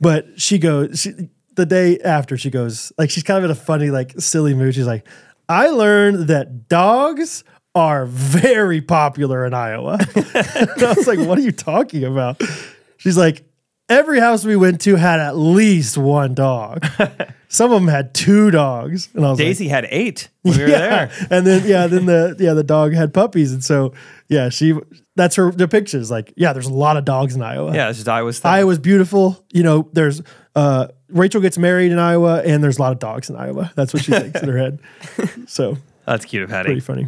But she goes she, the day after. She goes like she's kind of in a funny, like silly mood. She's like, I learned that dogs are very popular in Iowa. And I was like, what are you talking about? She's like, every house we went to had at least one dog. Some of them had two dogs, and I was like, Daisy had eight when we were yeah. there. And then yeah, then the yeah, the dog had puppies. And so yeah, she that's her depictions. Like, yeah, there's a lot of dogs in Iowa. Yeah, it's just Iowa's thing. Iowa's beautiful. You know, there's uh Rachel gets married in Iowa and there's a lot of dogs in Iowa. That's what she thinks in her head. So That's cute of pretty Hattie. funny.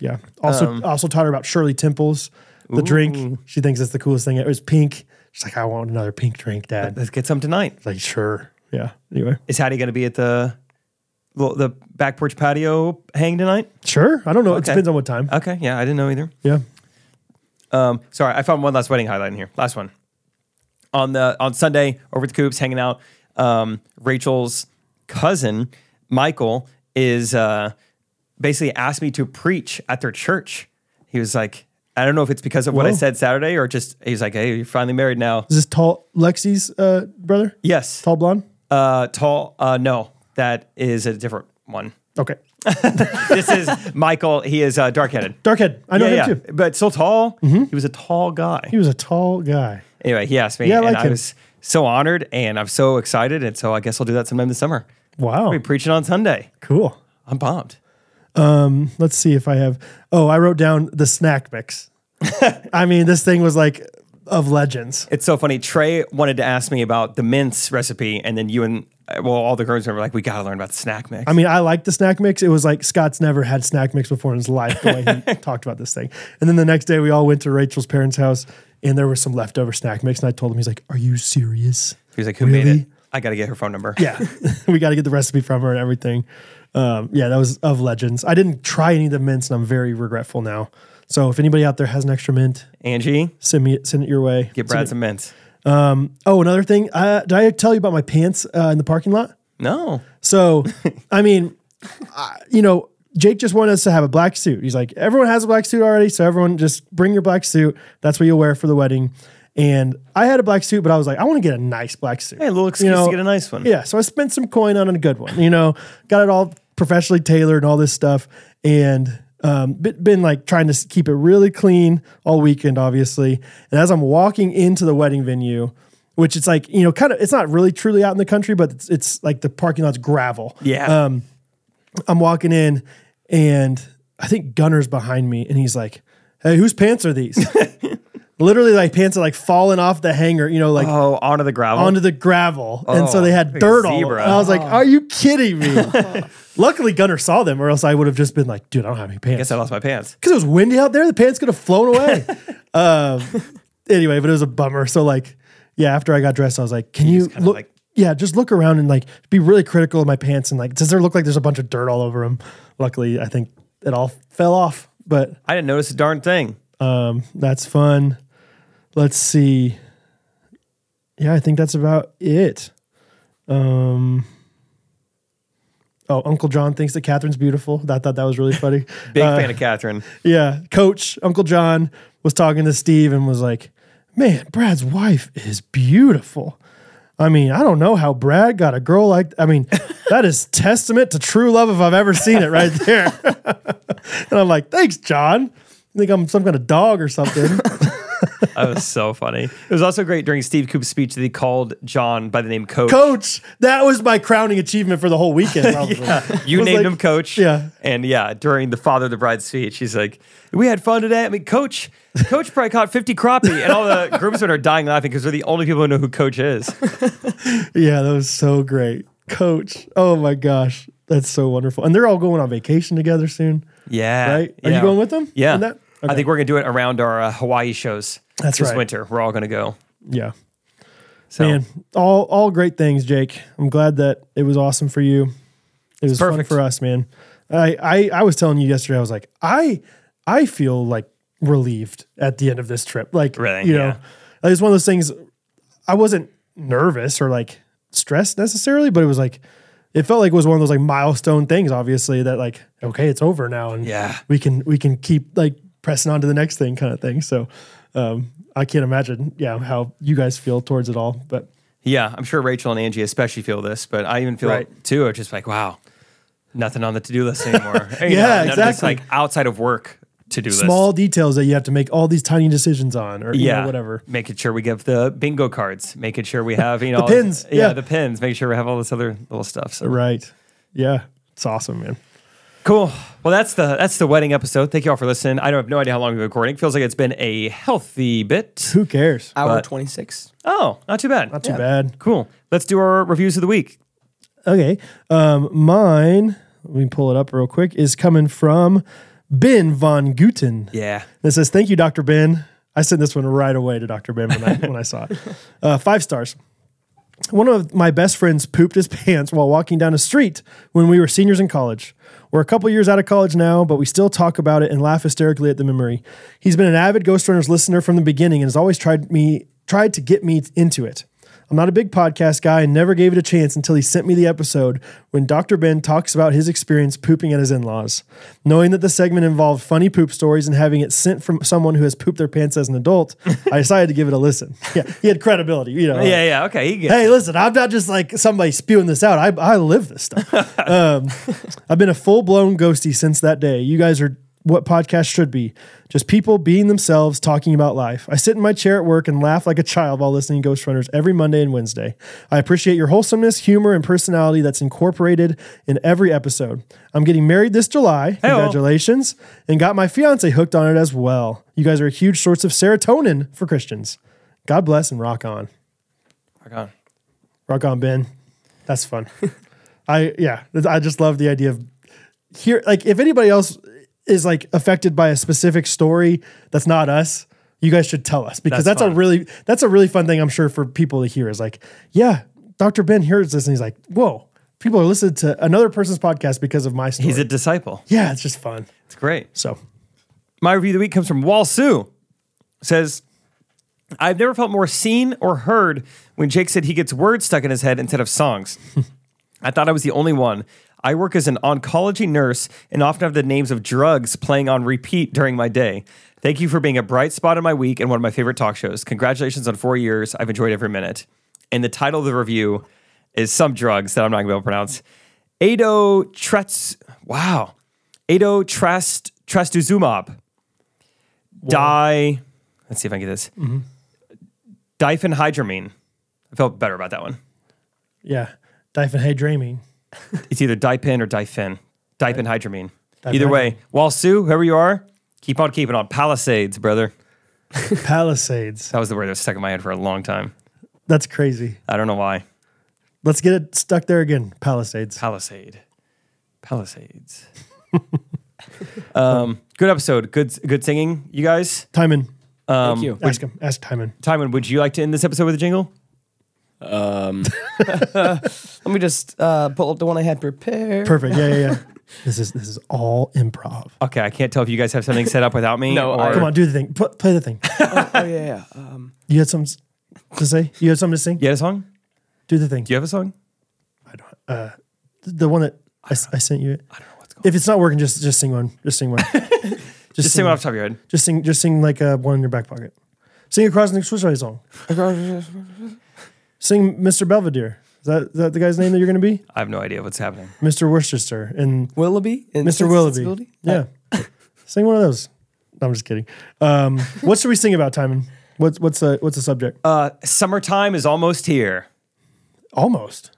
Yeah. Also Um, also taught her about Shirley Temples, the drink. She thinks it's the coolest thing. It was pink. She's like, I want another pink drink, Dad. Let's get some tonight. Like, sure. Yeah. Anyway. Is Hattie going to be at the well, the back porch patio hang tonight? Sure. I don't know. It Okay. Uh, depends on what time. Okay, yeah, I didn't know either. Yeah. Um, sorry, I found one last wedding highlight in here. Last one on the on Sunday over at the Coops, hanging out. Um, Rachel's cousin Michael is uh, basically asked me to preach at their church. He was like, I don't know if it's because of what I Whoa. said Saturday or just he's like, hey, you're finally married now. Is this tall Lexi's uh brother? Yes, Tall blonde? uh, tall. Uh, no, that is a different one. Okay. This is Michael. He is uh, dark headed. Darkhead. I know Yeah, yeah, him too. Mm-hmm. but still tall. He was a tall guy. He was a tall guy. Anyway, he asked me, Yeah, I and like I him. was so honored, and I'm so excited, and so I guess I'll do that sometime this summer. Wow. I'll be preaching on Sunday. Cool. I'm pumped. Let's see if I have. Oh, I wrote down the snack mix. I mean, this thing was like of legends. It's so funny. Trey wanted to ask me about the mince recipe, and then you and uh, well, all the girls were like, "We got to learn about the snack mix." I mean, I liked the snack mix. It was like Scott's never had snack mix before in his life, the way he talked about this thing. And then the next day, we all went to Rachel's parents' house and there was some leftover snack mix. And I told him, he's like, Are you serious? he was like, "Who made Really? it?" I got to get her phone number. yeah, we got to get the recipe from her and everything. Um, yeah, that was of legends. I didn't try any of the mints, and I'm very regretful now. So if anybody out there has an extra mint, Angie, send me send it your way. get Brad some mince. Oh, another thing, uh, did I tell you about my pants uh, in the parking lot? No, So, I mean, I, you know, Jake just wanted us to have a black suit. He's like, everyone has a black suit already, so everyone just bring your black suit. That's what you'll wear for the wedding. And I had a black suit, but I was like, I want to get a nice black suit. hey, a little excuse to get a nice one. Yeah, so I spent some coin on a good one. You know, got it all professionally tailored and all this stuff, and um, be- been like trying to s- keep it really clean all weekend, obviously. And as I'm walking into the wedding venue, which it's like you know, kind of it's not really truly out in the country, but it's, it's like the parking lot's gravel. yeah. Um, I'm walking in, and I think Gunner's behind me, and he's like, "Hey, whose pants are these?" Literally, like pants are like falling off the hanger. You know, like oh, onto the gravel. onto the gravel. and so Oh, they like had a dirt all over. zebra. it. And I was like, are you kidding me? Luckily, Gunner saw them, or else I would have just been like, dude, I don't have any Guess pants. I lost my pants. Because it was windy out there, the pants could have flown away. um, anyway, but it was a bummer. So, like, yeah, after I got dressed, I was like, can you, kinda, look? like- yeah, just look around and like be really critical of my pants. And like, does there look like there's a bunch of dirt all over them? Luckily, I think it all fell off, but I didn't notice a darn thing. um, that's fun. Let's see. Yeah, I think that's about it. Um, Oh, Uncle John thinks that Catherine's beautiful. I thought that was really funny. Big Uh, fan of Catherine. Yeah, Coach Uncle John was talking to Steve and was like, "Man, Brad's wife is beautiful. I mean, I don't know how Brad got a girl like. I mean, that is testament to true love if I've ever seen it right there." and I'm like, "Thanks, John. You think I'm some kind of dog or something?" That was so funny. It was also great during Steve Koop's speech that he called John by the name Coach. Coach, that was my crowning achievement for the whole weekend. Probably. You was named like- him Coach. Yeah. And yeah, during the father of the bride speech, he's like, We had fun today. I mean, Coach, Coach probably caught 50 crappie. And all the groomsmen are dying laughing because they're the only people who know who Coach is. Yeah, that was so great. Coach. Oh my gosh. That's so wonderful. And they're all going on vacation together soon. Yeah. Right? Are Yeah. you going with them? Yeah. on that? I Okay. think we're going to do it around our uh, Hawaii shows That's this right. winter. We're all going to go. Yeah. So Man, all all great things, Jake. I'm glad that it was awesome for you. It was fun perfect. for us, man. I, I I was telling you yesterday, I was like, I I feel like relieved at the end of this trip. Like Really? you know, Yeah. it was one of those things I wasn't nervous or like stressed necessarily, but it was like it felt like it was one of those like milestone things, obviously, that like, okay, it's over now. And Yeah. we can we can keep like pressing on to the next thing kind of thing. So um I can't imagine, yeah, how you guys feel towards it all. But Yeah, I'm sure Rachel and Angie especially feel this, but I even feel Right. it too. It's just like, wow, nothing on the to do list anymore. You Yeah, none of this, exactly. like outside of work to do list. small details that you have to make all these tiny decisions on or you know, whatever. Making sure we give the bingo cards, making sure we have, you know, all- pins, Yeah, yeah. the pins, making sure we have all this other little stuff. So Right. Yeah. It's awesome, man. cool. Well, that's the that's the wedding episode. Thank you all for listening. I don't have no idea how long we've been recording. It feels like it's been a healthy bit. Who cares? Hour But- 26. Oh, not too bad. Not too Uh, Yeah. bad. Cool. Let's do our reviews of the week. Okay. Um, mine, let me pull it up real quick, is coming from Ben von Guten. Yeah. It says, Thank you, Dr. Ben. I sent this one right away to Dr. Ben when I, when I saw it. Uh, five stars. One of my best friends pooped his pants while walking down a street when we were seniors in college. We're a couple years out of college now, but we still talk about it and laugh hysterically at the memory. He's been an avid Ghost Runners listener from the beginning and has always tried me tried to get me into it. I'm not a big podcast guy and never gave it a chance until he sent me the episode when Dr. Ben talks about his experience pooping at his in-laws. Knowing that the segment involved funny poop stories and having it sent from someone who has pooped their pants as an adult, I decided to give it a listen. Yeah, he had credibility, you know. Yeah, yeah. Okay. You get Hey, listen, I'm not just like somebody spewing this out. I, I live this stuff. um, I've been a full blown ghosty since that day. You guys are what podcasts should be just people being themselves, talking about life. I sit in my chair at work and laugh like a child while listening to Ghost Runners every Monday and Wednesday. I appreciate your wholesomeness, humor, and personality that's incorporated in every episode. I'm getting married this July. Congratulations. And got my fiance hooked on it as well. You guys are a huge source of serotonin for Christians. God bless and rock on. Rock on. Rock on, Ben. That's fun. I yeah, I just love the idea of here. Like, if anybody else is like affected by a specific story that's not us, you guys should tell us because That's that's, fun. a really that's a really fun thing I'm sure for people to hear is like, yeah, Doctor Ben hears this and he's like, whoa, people are listening to another person's podcast because of my story. He's a disciple. yeah, it's just fun. It's great. So My review of the week comes from Wall Sue. Says, I've never felt more seen or heard when Jake said he gets words stuck in his head instead of songs. I thought I was the only one. I work as an oncology nurse and often have the names of drugs playing on repeat during my day. Thank you for being a bright spot in my week and one of my favorite talk shows. Congratulations on four years. I've enjoyed every minute. And the title of the review is some drugs that I'm not going to be able to pronounce. Adotrats. Wow. Adotrast trastuzumab. Di. Let's see if I can get this. Diphenhydramine. I felt better about that one. yeah, Dyphon, hey, dreaming. It's either dipin or diphen. Diphenhydramine. Either way, Wall Sue, whoever you are, keep on keeping on. Palisades, brother. Palisades. That was the word that was stuck in my head for a long time. That's crazy. I don't know why. Let's get it stuck there again. Palisades. Palisade. Palisades. um, good episode. Good good singing, you guys. Timon. um, Thank you. Ask him. Ask Timon. Timon, would you like to end this episode with a jingle? Let me just uh, pull up the one I had prepared. Perfect. Yeah, yeah, yeah. this is this is all improv. Okay, I can't tell if you guys have something set up without me. No, I- or- Come on, do the thing. Pl- play the thing. oh, yeah, yeah. Um, You had something s- to say? You had something to sing? You had a song? Do the thing. Do you have a song? I don't, uh, th- the one that I, s- I sent you it. I don't know what's going on. If it's not working, just just sing one. Just sing one. Just say one off the top of your head. Just sing. Just sing like uh, one in your back pocket. Sing across the Swiss song. Um, sing Mr. Belvedere. Is that, is that the guy's name that you're going to be? I have no idea what's happening. Mr. Worcester and Willoughby and Mr. Willoughby. Yeah. sing one of those. No, I'm just kidding. Um, what should we sing about, Timon? What's what's the what's the subject? Uh, summertime is almost here. Almost.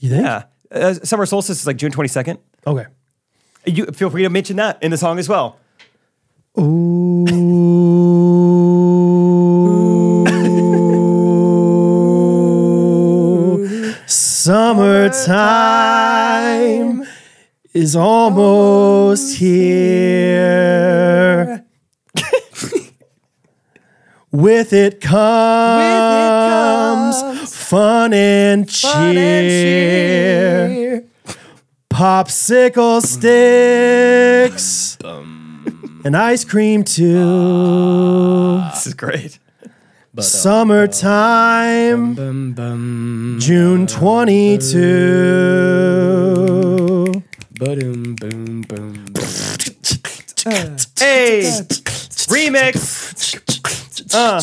You think? Yeah. Uh, summer solstice is like June 22nd. Okay. You feel free to mention that in the song as well. Summertime is almost here. With it Um, comes, fun and cheer. Popsicle sticks. And ice cream too. This is great. Summertime. Bum, bum, June 22. ba-dum, boom, boom. Hey, remix. Uh.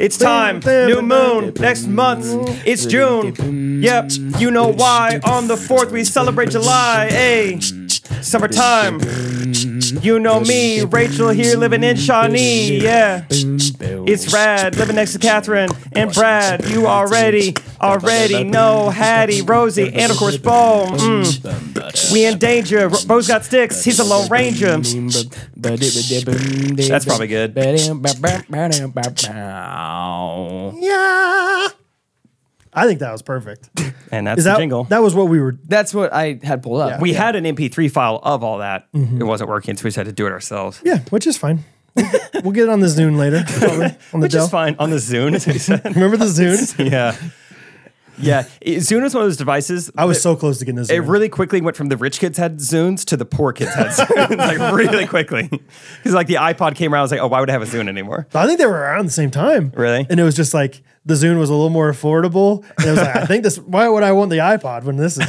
It's time. New moon. Next month. It's June. Yep. You know why. On the 4th, we celebrate July. Hey, summertime. You know me. Rachel here living in Shawnee. Yeah. It's rad. Living next to Catherine and Brad. You already, already know Hattie, Rosie, and of course, Bo. Mm. We in danger. Ro- Bo's got sticks. He's a Oh, Lone Ranger. That's probably good. Yeah. I think that was perfect. And that's Is the that jingle. that was what we were That's what I had pulled up. we had an MP3 file of all that. It wasn't working, so we just had to do it ourselves. Mm-hmm. Yeah, which is fine. We'll- we'll get it on the Zune later. probably, on the Which is Dell. fine on the Zune. is what he said. Remember the Zune? yeah. Yeah. It- Zune was one of those devices. I was so close to getting this. It really quickly went from the rich kids had Zunes to the poor kids had Zunes, like really quickly. Because like the iPod came around, I was like, oh, why would I have a Zune anymore? I think they were around the same time. Really? And it was just like the Zune was a little more affordable. And it was like, I think this why would I want the iPod when this is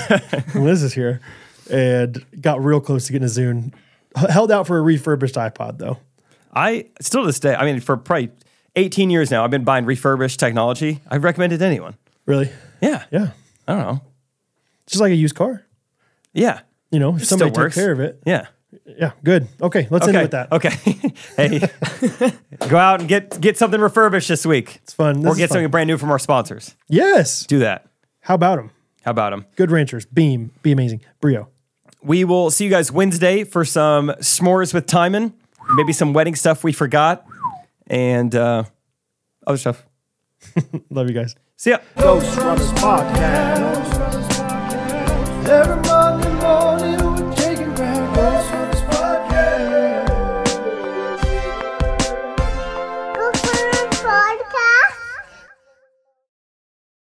when this is here? And got real close to getting a Zune. H- Held out for a refurbished iPod though. I still to this day, I mean, for probably 18 years now, I've been buying refurbished technology. I recommend it to anyone. Really? Yeah. Yeah. I don't know. Just like a used car. Yeah. You know, if Still somebody took works. care of it. Yeah. Yeah, good. Okay, let's end it Okay. with that. Okay. hey, go out and get get something refurbished this week. It's fun. This or is get fun. something brand new from our sponsors. Yes. Do that. How about them? How about them? Good Ranchers, Beam, be amazing. Brio. We will see you guys Wednesday for some s'mores with Timon, maybe some wedding stuff we forgot, and uh, other stuff. Love you guys. See ya. Ghost Brothers Podcast. Every motherfucking